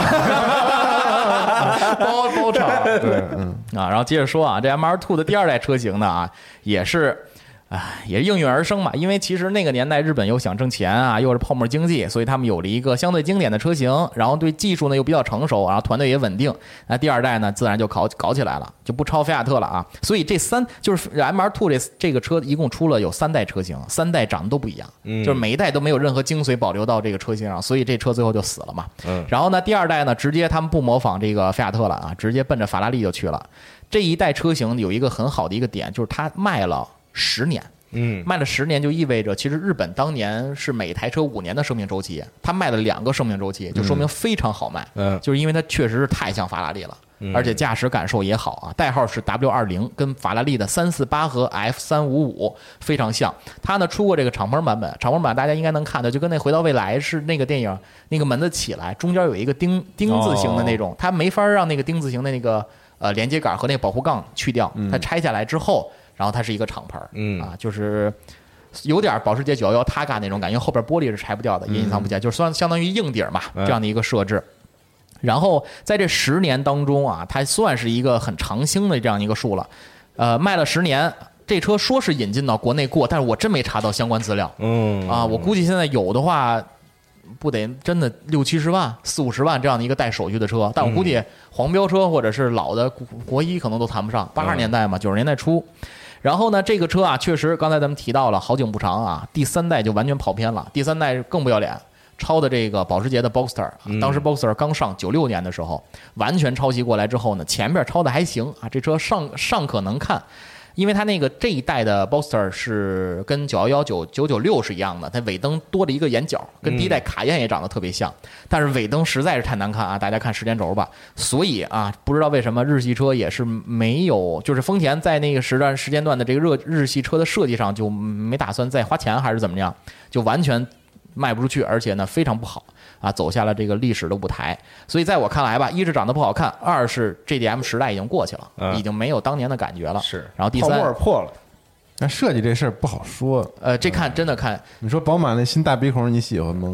包包场，
对，嗯，
啊，然后接着说啊，这 M R Two 的第二代车型呢啊，也是唉，也应运而生吧。因为其实那个年代日本又想挣钱啊，又是泡沫经济，所以他们有了一个相对经典的车型，然后对技术呢又比较成熟，然后团队也稳定。那第二代呢，自然就搞搞起来了，就不超菲亚特了啊。所以这三就是 M R Two 这这个车一共出了有三代车型，三代长得都不一样，就是每一代都没有任何精髓保留到这个车身上，所以这车最后就死了嘛。然后呢，第二代呢，直接他们不模仿这个菲亚特了啊，直接奔着法拉利就去了。这一代车型有一个很好的一个点，就是它卖了十年。
嗯，
卖了十年，就意味着其实日本当年是每台车五年的生命周期，它卖了两个生命周期，就说明非常好卖。
嗯
就是因为它确实是太像法拉利了，而且驾驶感受也好啊。代号是 W 二零，跟法拉利的三四八和 F 三五五非常像。它呢出过这个敞篷版本，敞篷版大家应该能看到，就跟那《回到未来》是那个电影那个门子起来，中间有一个钉钉字形的那种，它没法让那个钉字形的那个呃连接杆和那个保护杠去掉，它拆下来之后。然后它是一个敞篷儿，
嗯
啊，就是有点保时捷911 Targa 那种感觉，因为后边玻璃是拆不掉的，也隐藏不见，就是相相当于硬底儿嘛，这样的一个设置。然后在这十年当中啊，它算是一个很长青的这样一个数了，呃，卖了十年。这车说是引进到国内过，但是我真没查到相关资料。
嗯
啊，我估计现在有的话，不得真的六七十万、四五十万这样的一个带手续的车，但我估计黄标车或者是老的国国一可能都谈不上，八十年代嘛，九十年代初。然后呢，这个车啊，确实刚才咱们提到了，好景不长啊，第三代就完全跑偏了，第三代更不要脸。抄的这个保时捷的 Boxster，啊当时 Boxster 刚上九六年的时候，完全抄袭过来之后呢，前面抄的还行啊，这车尚尚可能看，因为它那个这一代的 Boxster 是跟九幺幺九九九六是一样的，它尾灯多了一个眼角，跟第一代卡宴也长得特别像，但是尾灯实在是太难看啊！大家看时间轴吧。所以啊，不知道为什么日系车也是没有，就是丰田在那个时段时间段的这个热日系车的设计上就没打算再花钱，还是怎么样，就完全卖不出去，而且呢非常不好啊，走下了这个历史的舞台。所以在我看来吧，一是长得不好看，二是 GDM 时代已经过去了，
嗯
已经没有当年的感觉了。
是，
然后第
泡沫
三
儿，破了，
但设计这事儿不好说。
呃，这看真的看，
你说宝马那新大鼻孔你喜欢
*laughs*
吗？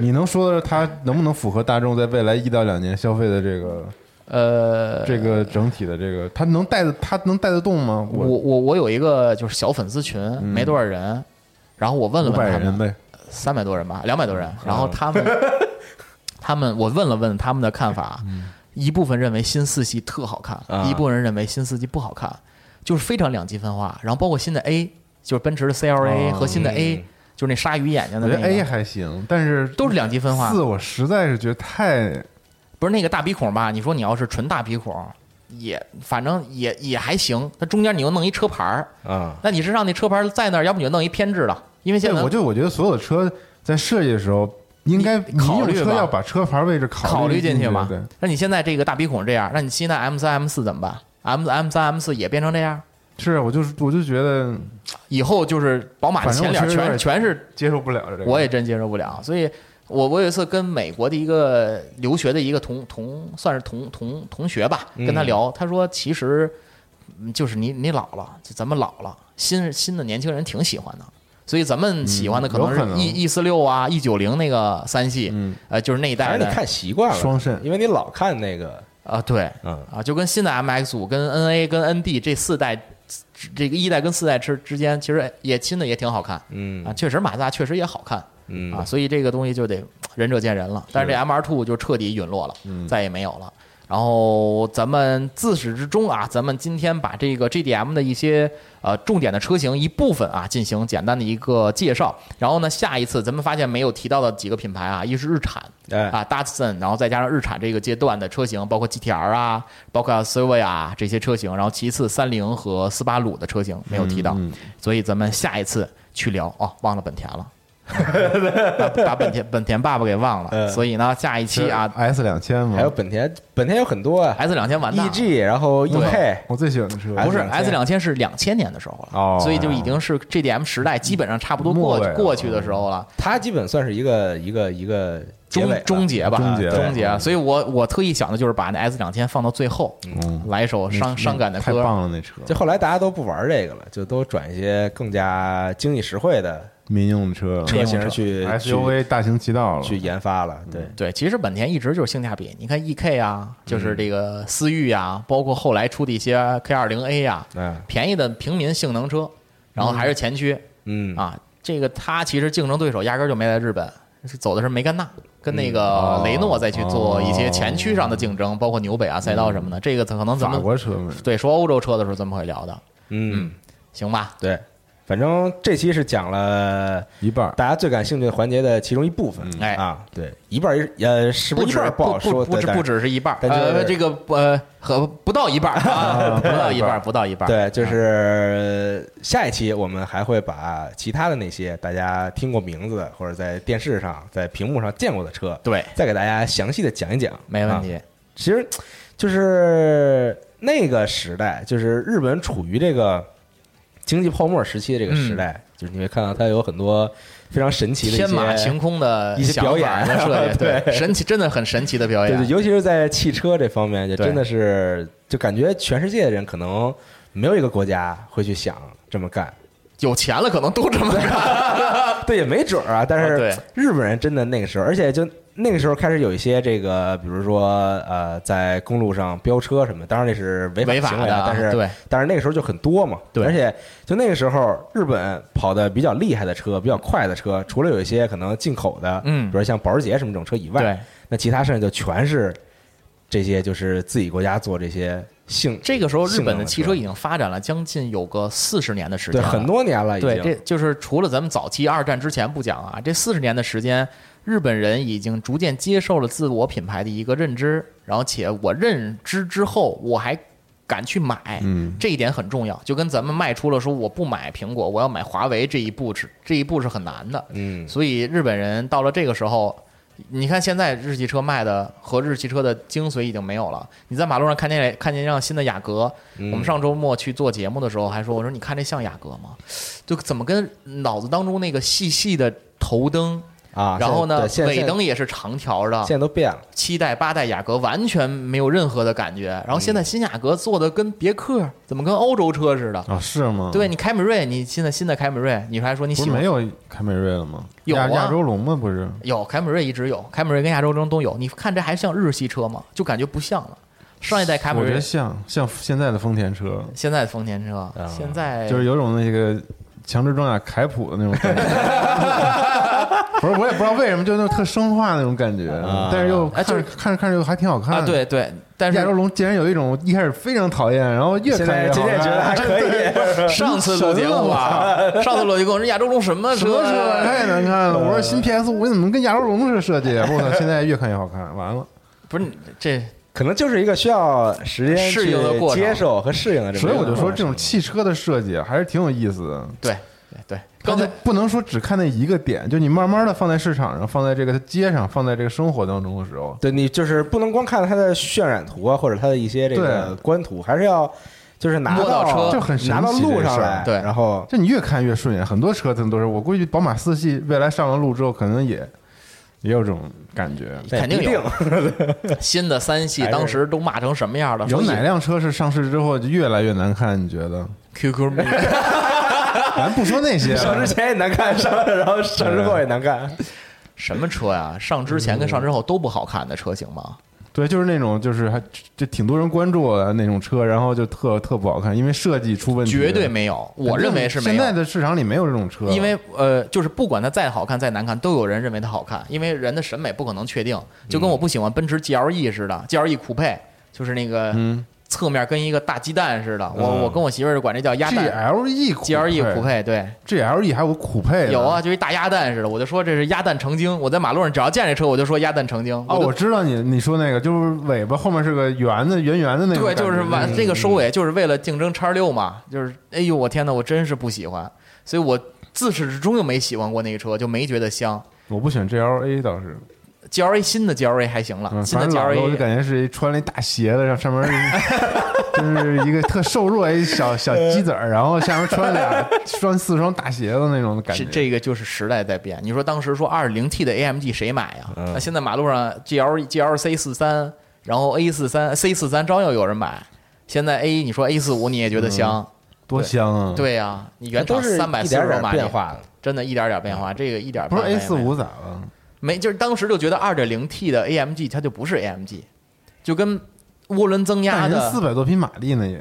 你能说的是它能不能符合大众在未来一到两年消费的这个
呃，
这个整体的这个，它能带得它能带得动吗？
我我我有一个就是小粉丝群，没多少人，然后我问了
五百
问他
人
们，
呗，
三百多人吧，两百多
嗯
人，然后他们
*laughs*
他们我问了问他们的看法，
嗯
一部分认为新四系特好看，
啊
一部分人认为新四系不好看，就是非常两极分化。然后包括新的 A，就是奔驰
哦
的 CLA 和新的 A，就是那鲨鱼眼睛
嗯我
的
觉
那
得 A
个，
还行，但是
都是两极分化。
四，我实在是觉得太
不是那个大鼻孔吧？你说你要是纯大鼻孔，也反正也也还行，它中间你又弄一车牌儿。
啊，
那你是让那车牌在那儿，要不你就弄一偏置的，因为现在
对，我就我觉得所有的车在设计的时候，应该
你考虑
你有
吧
车要把车牌位置
考虑
虑
进
去
去嘛
对。
那你现在这个大鼻孔这样，那你现在 M 三 M 四怎么办？M M 三 M 四也变成这样，
是，啊我就是我就觉得
以后就是宝马的前
反
脸
正我其实有
全
点
全是
接受不了这个。
我也真接受不了。所以我我有一次跟美国的一个留学的一个同同算是同同同学吧，
嗯
跟他聊，他说其实嗯就是你你老了，就咱们老了，新新的年轻人挺喜欢的。所以咱们喜欢的
嗯
可
有可
能
能
是 E E 四六啊，E 九零那个三系，
嗯
呃，就是那一代
反
的。
正你看习惯了，
双肾
因为你老看那个，
啊，对，
嗯
啊，就跟新的 MX 五、跟 NA、跟 ND 这四代，这个一代跟四代之之间，其实也新的也挺好看
嗯
啊，确实马自达确实也好看
嗯
啊，所以这个东西就得仁者见仁了。但是这 MR Two 就彻底陨落了，
嗯
再也没有了。然后咱们自始至终啊，咱们今天把这个 GDM 的一些呃重点的车型一部分啊进行简单的一个介绍。然后呢，下一次咱们发现没有提到的几个品牌啊，一是日产，
哎
啊，Datsun，然后再加上日产这个阶段的车型，包括 GTR 啊，包括 Silvia 啊这些车型，然后其次三菱和斯巴鲁的车型没有提到，
嗯
所以咱们下一次去聊哦，忘了本田了。把把本田本田爸爸给忘了，
嗯
所以呢，下一期啊
，S 两千嘛，
还有本田，本田有很多啊
，S 两千完蛋
E
了
，EG，然后
嗯
E EK，
我最喜欢的车
不是
S2000
S 两千是两千年的时候了，
哦
所以就已经是 GDM 时代基本上差不多过
末尾了嗯
过去的时候了。
它基本算是一个一个一个结尾
终
了
终结吧，
终结
终结。所以我我特意想的就是把那 S 两千放到最后，来一首伤嗯伤感的
嗯太
歌。
棒了，那车
就后来大家都不玩这个了，就都转一些更加经济实惠的
民用车
嗯
车型去去
SUV 大行其道了，
去研发了。对，
对，其实本田一直就是性价比，你看 E K 啊，就是这个思域啊，包括后来出的一些 K 二零 A 啊，
嗯
便宜的平民性能车。然后还是前驱
嗯
啊。这个它其实竞争对手压根儿就没在日本，是走的是梅甘娜跟那个雷诺再去做一些前驱上的竞争，包括纽北啊赛道什么的。这个可能咱
法
们
国车嘛，
对说欧洲车的时候咱们会聊的，
嗯，
行吧？
对，反正这期是讲了
一半儿
大家最感兴趣的环节的其中一部分，
哎
啊，对，一半儿呃，是不是一
止
半儿
不
好说，
不不
对
止不，只是一半儿，
但就是
呃，这个呃和不到一半儿啊，不到一半儿，不到一半
但
儿，
对，
嗯
就是下一期我们还会把其他的那些大家听过名字的或者在电视上、在屏幕上见过的车，
对，
再给大家详细的讲一讲，
没问
啊
题。
其实就是那个时代，就是日本处于这个经济泡沫时期的这个时代，就是你会看到它有很多非常神奇的一些
嗯天马行空的
一些
想法
表演
和设
*laughs*
计，
对
神奇，真的很神奇的表
对对，。
演
尤其是在汽车这方面，就
对
真的是就感觉全世界的人可能没有一个国家会去想这么干，
有钱了可能都这么 *laughs* 干。
对，也没准儿啊。但
啊对
是日本人真的那个时候，而且就那个时候开始有一些这个，比如说呃，在公路上飙车什么，当然那是违
违
法
法
行为
的
啊
啊，
但是
对，
但是那个时候就很多嘛，
对
而且就那个时候，日本跑的比较厉害的车，比较快的车，除了有一些可能进口的，
嗯
比如像保时捷什么这种车以外，
对，
那其他剩下就全是这些，就是自己国家做这些性
这个时候日
性
本
能的
的汽车已经发展了将近有个四十年的时
对
间了，
很多年了，已经
对，这就是除了咱们早期二战之前不讲啊，这四十年的时间，日本人已经逐渐接受了自我品牌的一个认知，然后且我认知之后，我还敢去买，嗯，这一点很重要。就跟咱们迈出了说我不买苹果，我要买华为这一步是这一步是很难的，
嗯
所以日本人到了这个时候。你看，现在日系车卖的和日系车的精髓已经没有了。你在马路上看见看见一辆新的雅阁，
嗯
我们上周末去做节目的时候还说，我说你看这像雅阁吗？就怎么跟脑子当中那个细细的头灯，
啊，
然后呢
对现在
尾灯也是长条的
现，在都变了，
七代八代雅阁完全没有任何的感觉。然后
嗯
现在新雅阁做的跟别克，怎么跟欧洲车似的？
啊，是
嗯
吗？
对，你凯美瑞，你现在新的凯美瑞，你还说你
不
喜
是
欢
没有凯美瑞了吗？
有啊
亚亚洲龙吗？不是，
有凯美瑞一直有，凯美瑞跟亚洲中都有。你看这还像日系车吗？就感觉不像了。上一代凯美
我觉
瑞
得，像像现在的丰田车，
现在的丰田车，现在
就是有种那个强制装甲凯普的那种感
*laughs*
觉。不是，我也不知道为什么，就那种特生化那种感觉，但是又
哎
看
就是
着看着看着又还挺好看的
啊，对对，但是
亚洲龙竟然有一种一开始非常讨厌，然后越
现
看
在
越
今
好哎
天也觉得还
看，
可以，
*laughs* 上次录节目啊，上次录节目我说亚洲龙什么
什么
车啊嗯
车啊哎
呀？
太难看了。我说新 PS 五怎么跟亚洲龙似的设计？我操，现在越看越好看，完了。
不是你这
可能就是一个需要时间
适应的
去
过程
接受和适应的这么一
所
个
以我
过程。
就说，这种汽车的设计还是挺有意思的。
对对对，
它
刚
就
才
不能说只看那一个点，就你慢慢的放在市场上，放在这个街上，放在这个生活当中的时候，
对你就是不能光看它的渲染图啊，或者它的一些这个
对
官图，还是要就是拿
摸到车
就很神奇
拿到路
这
上
事儿
来，
对
然后
这你越看越顺眼。很多车他们都是，我估计宝马四系未来上了路之后，可能也也有这种感觉。
但也
肯定
不一
有 *laughs* 新的三系
还是
当时都骂成什么样了？
有
说
哪辆车是上市之后就越来越难看？你觉得？*laughs*
QQ 没
咱不说那些了，
上之前也难看，上然后上之后也难看。
什么车呀？上之前跟上之后都不好看的车型吗？
对，就是那种就是还就挺多人关注的那种车，然后就特特不好看，因为设计出问题。
绝对，没有，我认为是没
现在
有。
的市场里没有这种车，
因为呃，就是不管它再好看再难看，都有人认为它好看，因为人的审美不可能确定。
嗯
就跟我不喜欢奔驰 GLE 似的，GLE 酷配就是那个
嗯
侧面跟一个大鸡蛋似的。我我跟我媳妇儿管这叫鸭蛋
GLE E 酷
GLE E 酷配，对，
GLE E 还有酷配呢
有啊，，就一大鸭蛋似的。我就说这是鸭蛋成精，我在马路上只要见这车，我就说鸭蛋成精。
哦，
就
我知道你你说那个，就是尾巴后面是个圆的圆圆的那个
对，
感觉，嗯
就是完这个收尾就是为了竞争叉六嘛，就是哎呦我天呐，我真是不喜欢，所以我自始至终就没喜欢过那个车，就没觉得香。
我不选 E，GLA 当时，
G L A 新的 G L A 还行了，
嗯，
新
反
的
正
G
老
L
了我就
A
感觉是一穿了一大鞋子，然后上面是 *laughs* 就是一个特瘦弱一小小鸡子儿，然后下面穿俩穿四双大鞋子那种的感
是
觉。
这个就是时代在变。你说当时说二零 T 的 A M G 谁买呀？
嗯
那现在马路上 G L G L C 四三，然后 A 四三 C 四三照样有人买。现在 A 你说 A 四五你也觉得香，
多香啊！，
对呀、你原
都
厂
是
三百
一
四
点
十
点
马力
变，化的，
真的一点点变化，这个一点
嗯不是 A
变化也
四
没有
五咋了？
没，就是当时就觉得二点零 T 的 AMG 它就不是 AMG，就跟涡轮增压
但人
的
四百多匹马力呢也，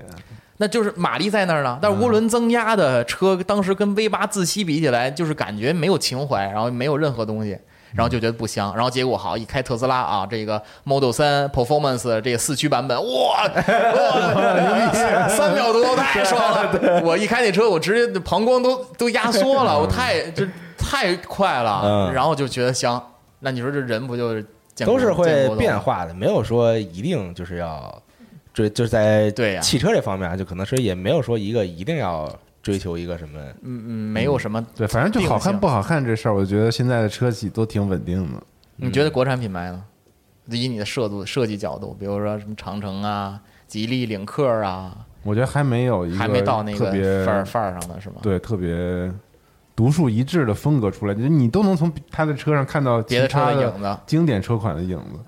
那就是马力在那
嗯
儿呢，但是涡轮增压的车当时跟 V 八自吸比起来，就是感觉没有情怀，然后没有任何东西，
嗯
然后就觉得不香。然后结果好一开特斯拉啊，这个 Model 三 Performance 这个四驱版本，哇，哇三秒多太
*laughs*
爽了！我一开那车，我直接膀胱都都压缩了，我太这太快了，
嗯
然后就觉得香。那你说这人不就是见
都
过
是
见
会
过的
变
吗
化的，没有说一定就是要追，就是在
对呀
汽车这方面啊，就可能是也没有说一个一定要追求一个什么，
嗯嗯，没有什么
对，反正就好看
定性
不好看这事儿，我觉得现在的车企都挺稳定的。
你
嗯
觉得国产品牌呢？以你的设度设计角度，比如说什么长城啊、吉利领克啊，
我觉得还没有一个
还没到那
特
个
别
范儿范儿上呢，是吗？
对特别独树一帜的风格出来，就是你都能从他的车上看到
别的
其他
车的影子
经典车款的影子。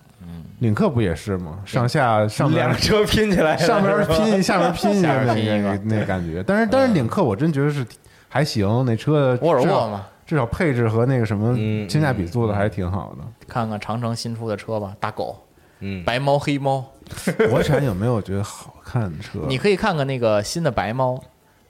领克不也是吗？上下上边
两个 *laughs* 车拼起来，
*laughs* 上边拼一，下边拼一下
下边
那
拼一
个
个
那感觉。但是但是领克我真觉得是还行，那车
沃尔
至
沃
少
嘛，
至少配置和那个什么
嗯
性价比做的还挺好的。
看看长城新出的车吧，大狗、
嗯，
白猫、黑猫，
国产有没有觉得好看的车？
你可以看看那个新的白猫，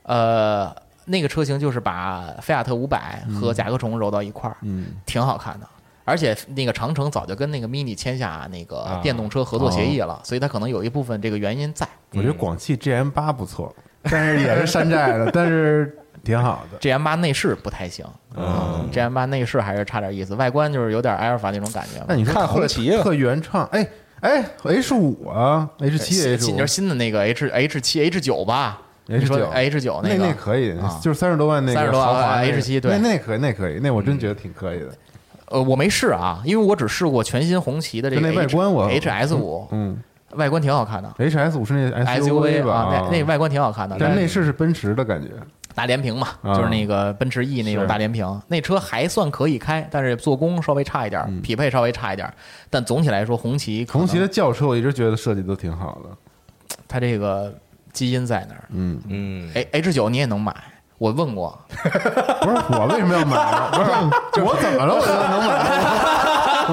呃，那个车型就是把菲亚特五百和甲壳虫揉到一块儿，
嗯，
挺好看的。而且那个长城早就跟那个 MINI 签下那个
啊
电动车合作协议
哦
了，所以它可能有一部分这个原因在。
我觉得广汽 GM 八不错，但是也是山寨的，但是挺好的。
G M 八内饰不太行，嗯，G M 八内饰还是差点意思，外观就是有点埃尔法那种感觉嘛。
那你说
看
特
红旗啊
特原创，哎哎，H 五啊，H 七
新
H
新
五
就是新的那个 H H 七 H 九吧
H9
你说 H 九
那
个
可以
啊，
就是三十多万那
30
个
多万
豪华那个
H7 对
那那可以那可以，那我真觉得挺可以的。
呃，我没试啊，因为我只试过全新红旗的这个
就那外观我
H S 五，
嗯
外观挺好看的
，H S 五是那
SUV
吧？
啊
啊，
那那外观挺好看的，
但内饰是奔驰的感觉，
大连屏嘛，
啊
就是那个奔驰 E 那种
是嗯
大连屏，那车还算可以开，但是做工稍微差一点儿，匹配稍微差一点儿，但总体来说红旗可
红旗
能
的轿车我一直觉得设计都挺好的。 *laughs*
它这个基因在那儿，
嗯，
嗯，
哎，H 九你也能买。我问过，
不是我为什么要买呢？不是我怎么了？我就能买？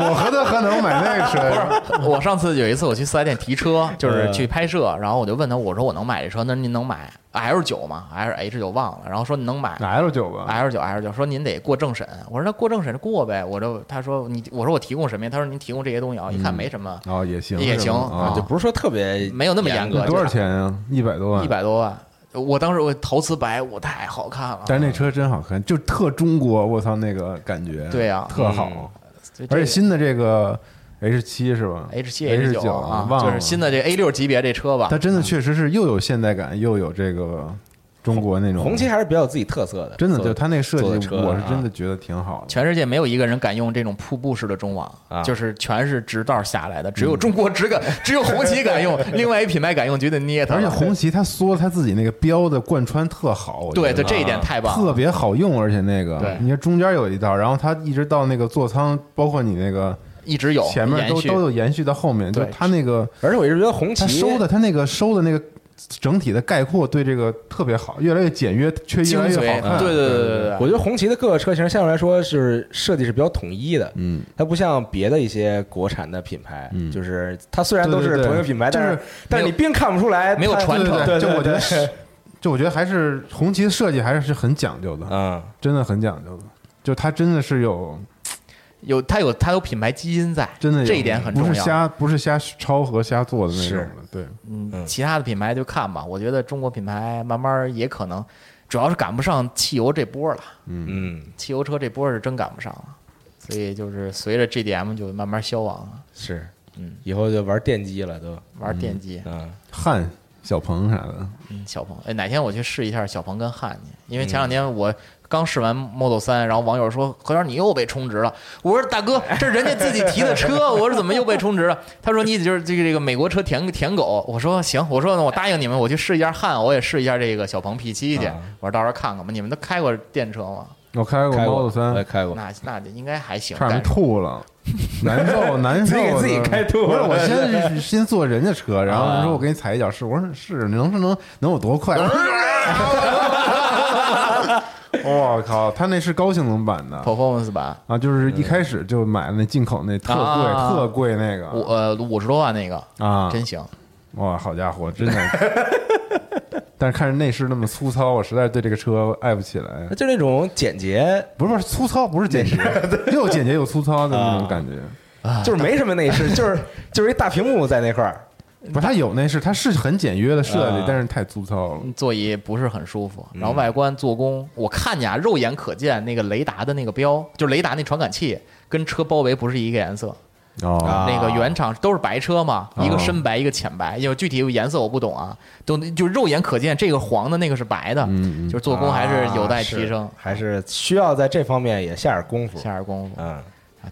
我何德何能买那个车呀？
我上次有一次我去四 S 店提车，就是
嗯
去拍摄，然后我就问他，我说我能买这车，那您能买 L 九吗？还是 H 九忘了？然后说你能买
L 九吧，
L 九 L 九，说您得过政审。我说那过政审过呗。我这他说你我说我提供什么呀？他说您提供这些东西啊，一看没什么，
哦也行
也
是
行
吗啊，
啊
就不是说特别
没有那么严格
那多少钱啊？一百多万，
一百多万。我当时我陶瓷白，我太好看了。
但是那车真好看，就特中国，我操那个感觉，
对啊嗯呀
特好。
所以这
而且
个
新的这个 H 七是吧
H 七
H
九啊，
忘
就
了，
是新的这 A 六级别这车吧
它，真的确实是又有现代感，又有这个中国那种
红旗，还是比较有自己特色的，
真的
做
就它那个设
做的
计，
车啊
我是真的觉得挺好的。
全世界没有一个人敢用这种瀑布式的中网，
啊
就是全是直道下来的，只有中国只 *laughs* 敢，只有红旗敢用，另外一品牌敢用，绝对捏它。
而且红旗它缩它自己那个标的贯穿特好，我觉
对
得啊
对这一点太棒
特
了，
别好用，而且那
对
个你看中间有一道，然后它一直到那个座舱，包括你那个
一直有
前面都
延续
都有延续到后面，就
对
它那个
而且我一直觉得红旗
它收的它那个收的那个整体的概括对这个特别好，越来越简约，却越
精
来
髓，
越好看。嗯
对对对对
我
对。
觉得红旗的各个车型相对来说是设计是比较统一的，嗯，它不像别的一些国产的品牌，嗯，就是它虽然都
对
是
对对
同一个品牌，
就
但
是
是但是你并看不出来
没有
它
传承
对对对
就我觉得
对
是，就我觉得还是红旗的设计还是很讲究的，
嗯，
真的很讲究的。就它真的是有，
有它有它有品牌基因在，
真的有
这一点很
不
重
是
要。
瞎，不是瞎抄和瞎做的那种
是
的。对，
嗯，其他的品牌就看吧，我觉得中国品牌慢慢也可能，主要是赶不上汽油这波了，
嗯，
汽油车这波是真赶不上了，所以就是随着 GDM 就慢慢消亡了，
是，嗯，以后就玩电机了都，
玩电机。
嗯，
汉、小鹏啥的，
嗯，小鹏，哎，哪天我去试一下小鹏跟汉去，因为
嗯
前两天我刚试完 Model 三，然后网友说何源你又被充值了，我说大哥，这人家自己提的车，我说怎么又被充值了？他说你就是这个这个美国车舔舔狗，我说行，我说那我答应你们，我去试一下汉，我也试一下这个小鹏 P 7去，
啊
我说到时候看看吧，你们都开过电车吗？
我开过
开过呃
Model 三
我也，开过，
那那应该还行，
差点
感觉
吐了，难受难
自
受
己给
的，
自己开吐了啊
不是，我
*laughs*
先先坐人家车，然后人说我给你踩一脚试，我说是能是能能有多快？ *laughs* 我靠，他那是高性能版的
performance 版，
啊，就是一开始就买那进口那特贵
啊
特贵那
五
个
呃五十多万那个
啊，
真行，
哇，好家伙，真的 *laughs* 但是看着内饰那么粗糙，我实在是对这个车爱不起来。
就那种简洁，
不是不是粗糙，不是简洁， *laughs* 又简洁又粗糙的那种感觉。
就是没什么内饰，就是就是一大屏幕在那块儿。
不是它有内饰，它是很简约的设计
啊，
但是太粗糙了。
座椅不是很舒服，
嗯
然后外观做工，我看见啊，肉眼可见那个雷达的那个标，就是雷达那传感器跟车包围不是一个颜色。
哦，
啊哦
那个原厂都是白车嘛，一个深白，一个浅白，因为具体颜色我不懂啊，都就肉眼可见，这个黄的，那个是白的，
嗯嗯
就是做工还是有待提升
啊，是还是需要在这方面也下点功夫。
下点功夫。
嗯，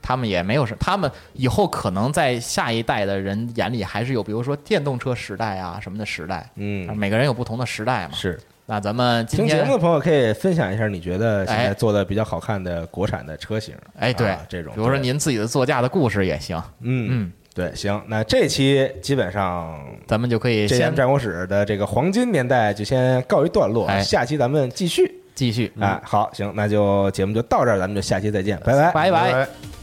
他们也没有什，他们以后可能在下一代的人眼里还是有，比如说电动车时代啊什么的时代，
嗯
每个人有不同的时代嘛。
是。
那咱们今
听节
天
目的朋友可以分享一下，你觉得现在
哎
做的比较好看的国产的车型？
哎，对、
啊这种，
比如说
对，
您自己的座驾的故事也行，
嗯
嗯
嗯，对，行，那这期基本上
咱们就可以
这
先
咱战国史的这个黄金年代就先告一段落，
哎嗯
下期咱们继续。
继续，
哎，好，行，那就节目就到这儿，咱们就下期再见，拜拜，
拜拜。
拜。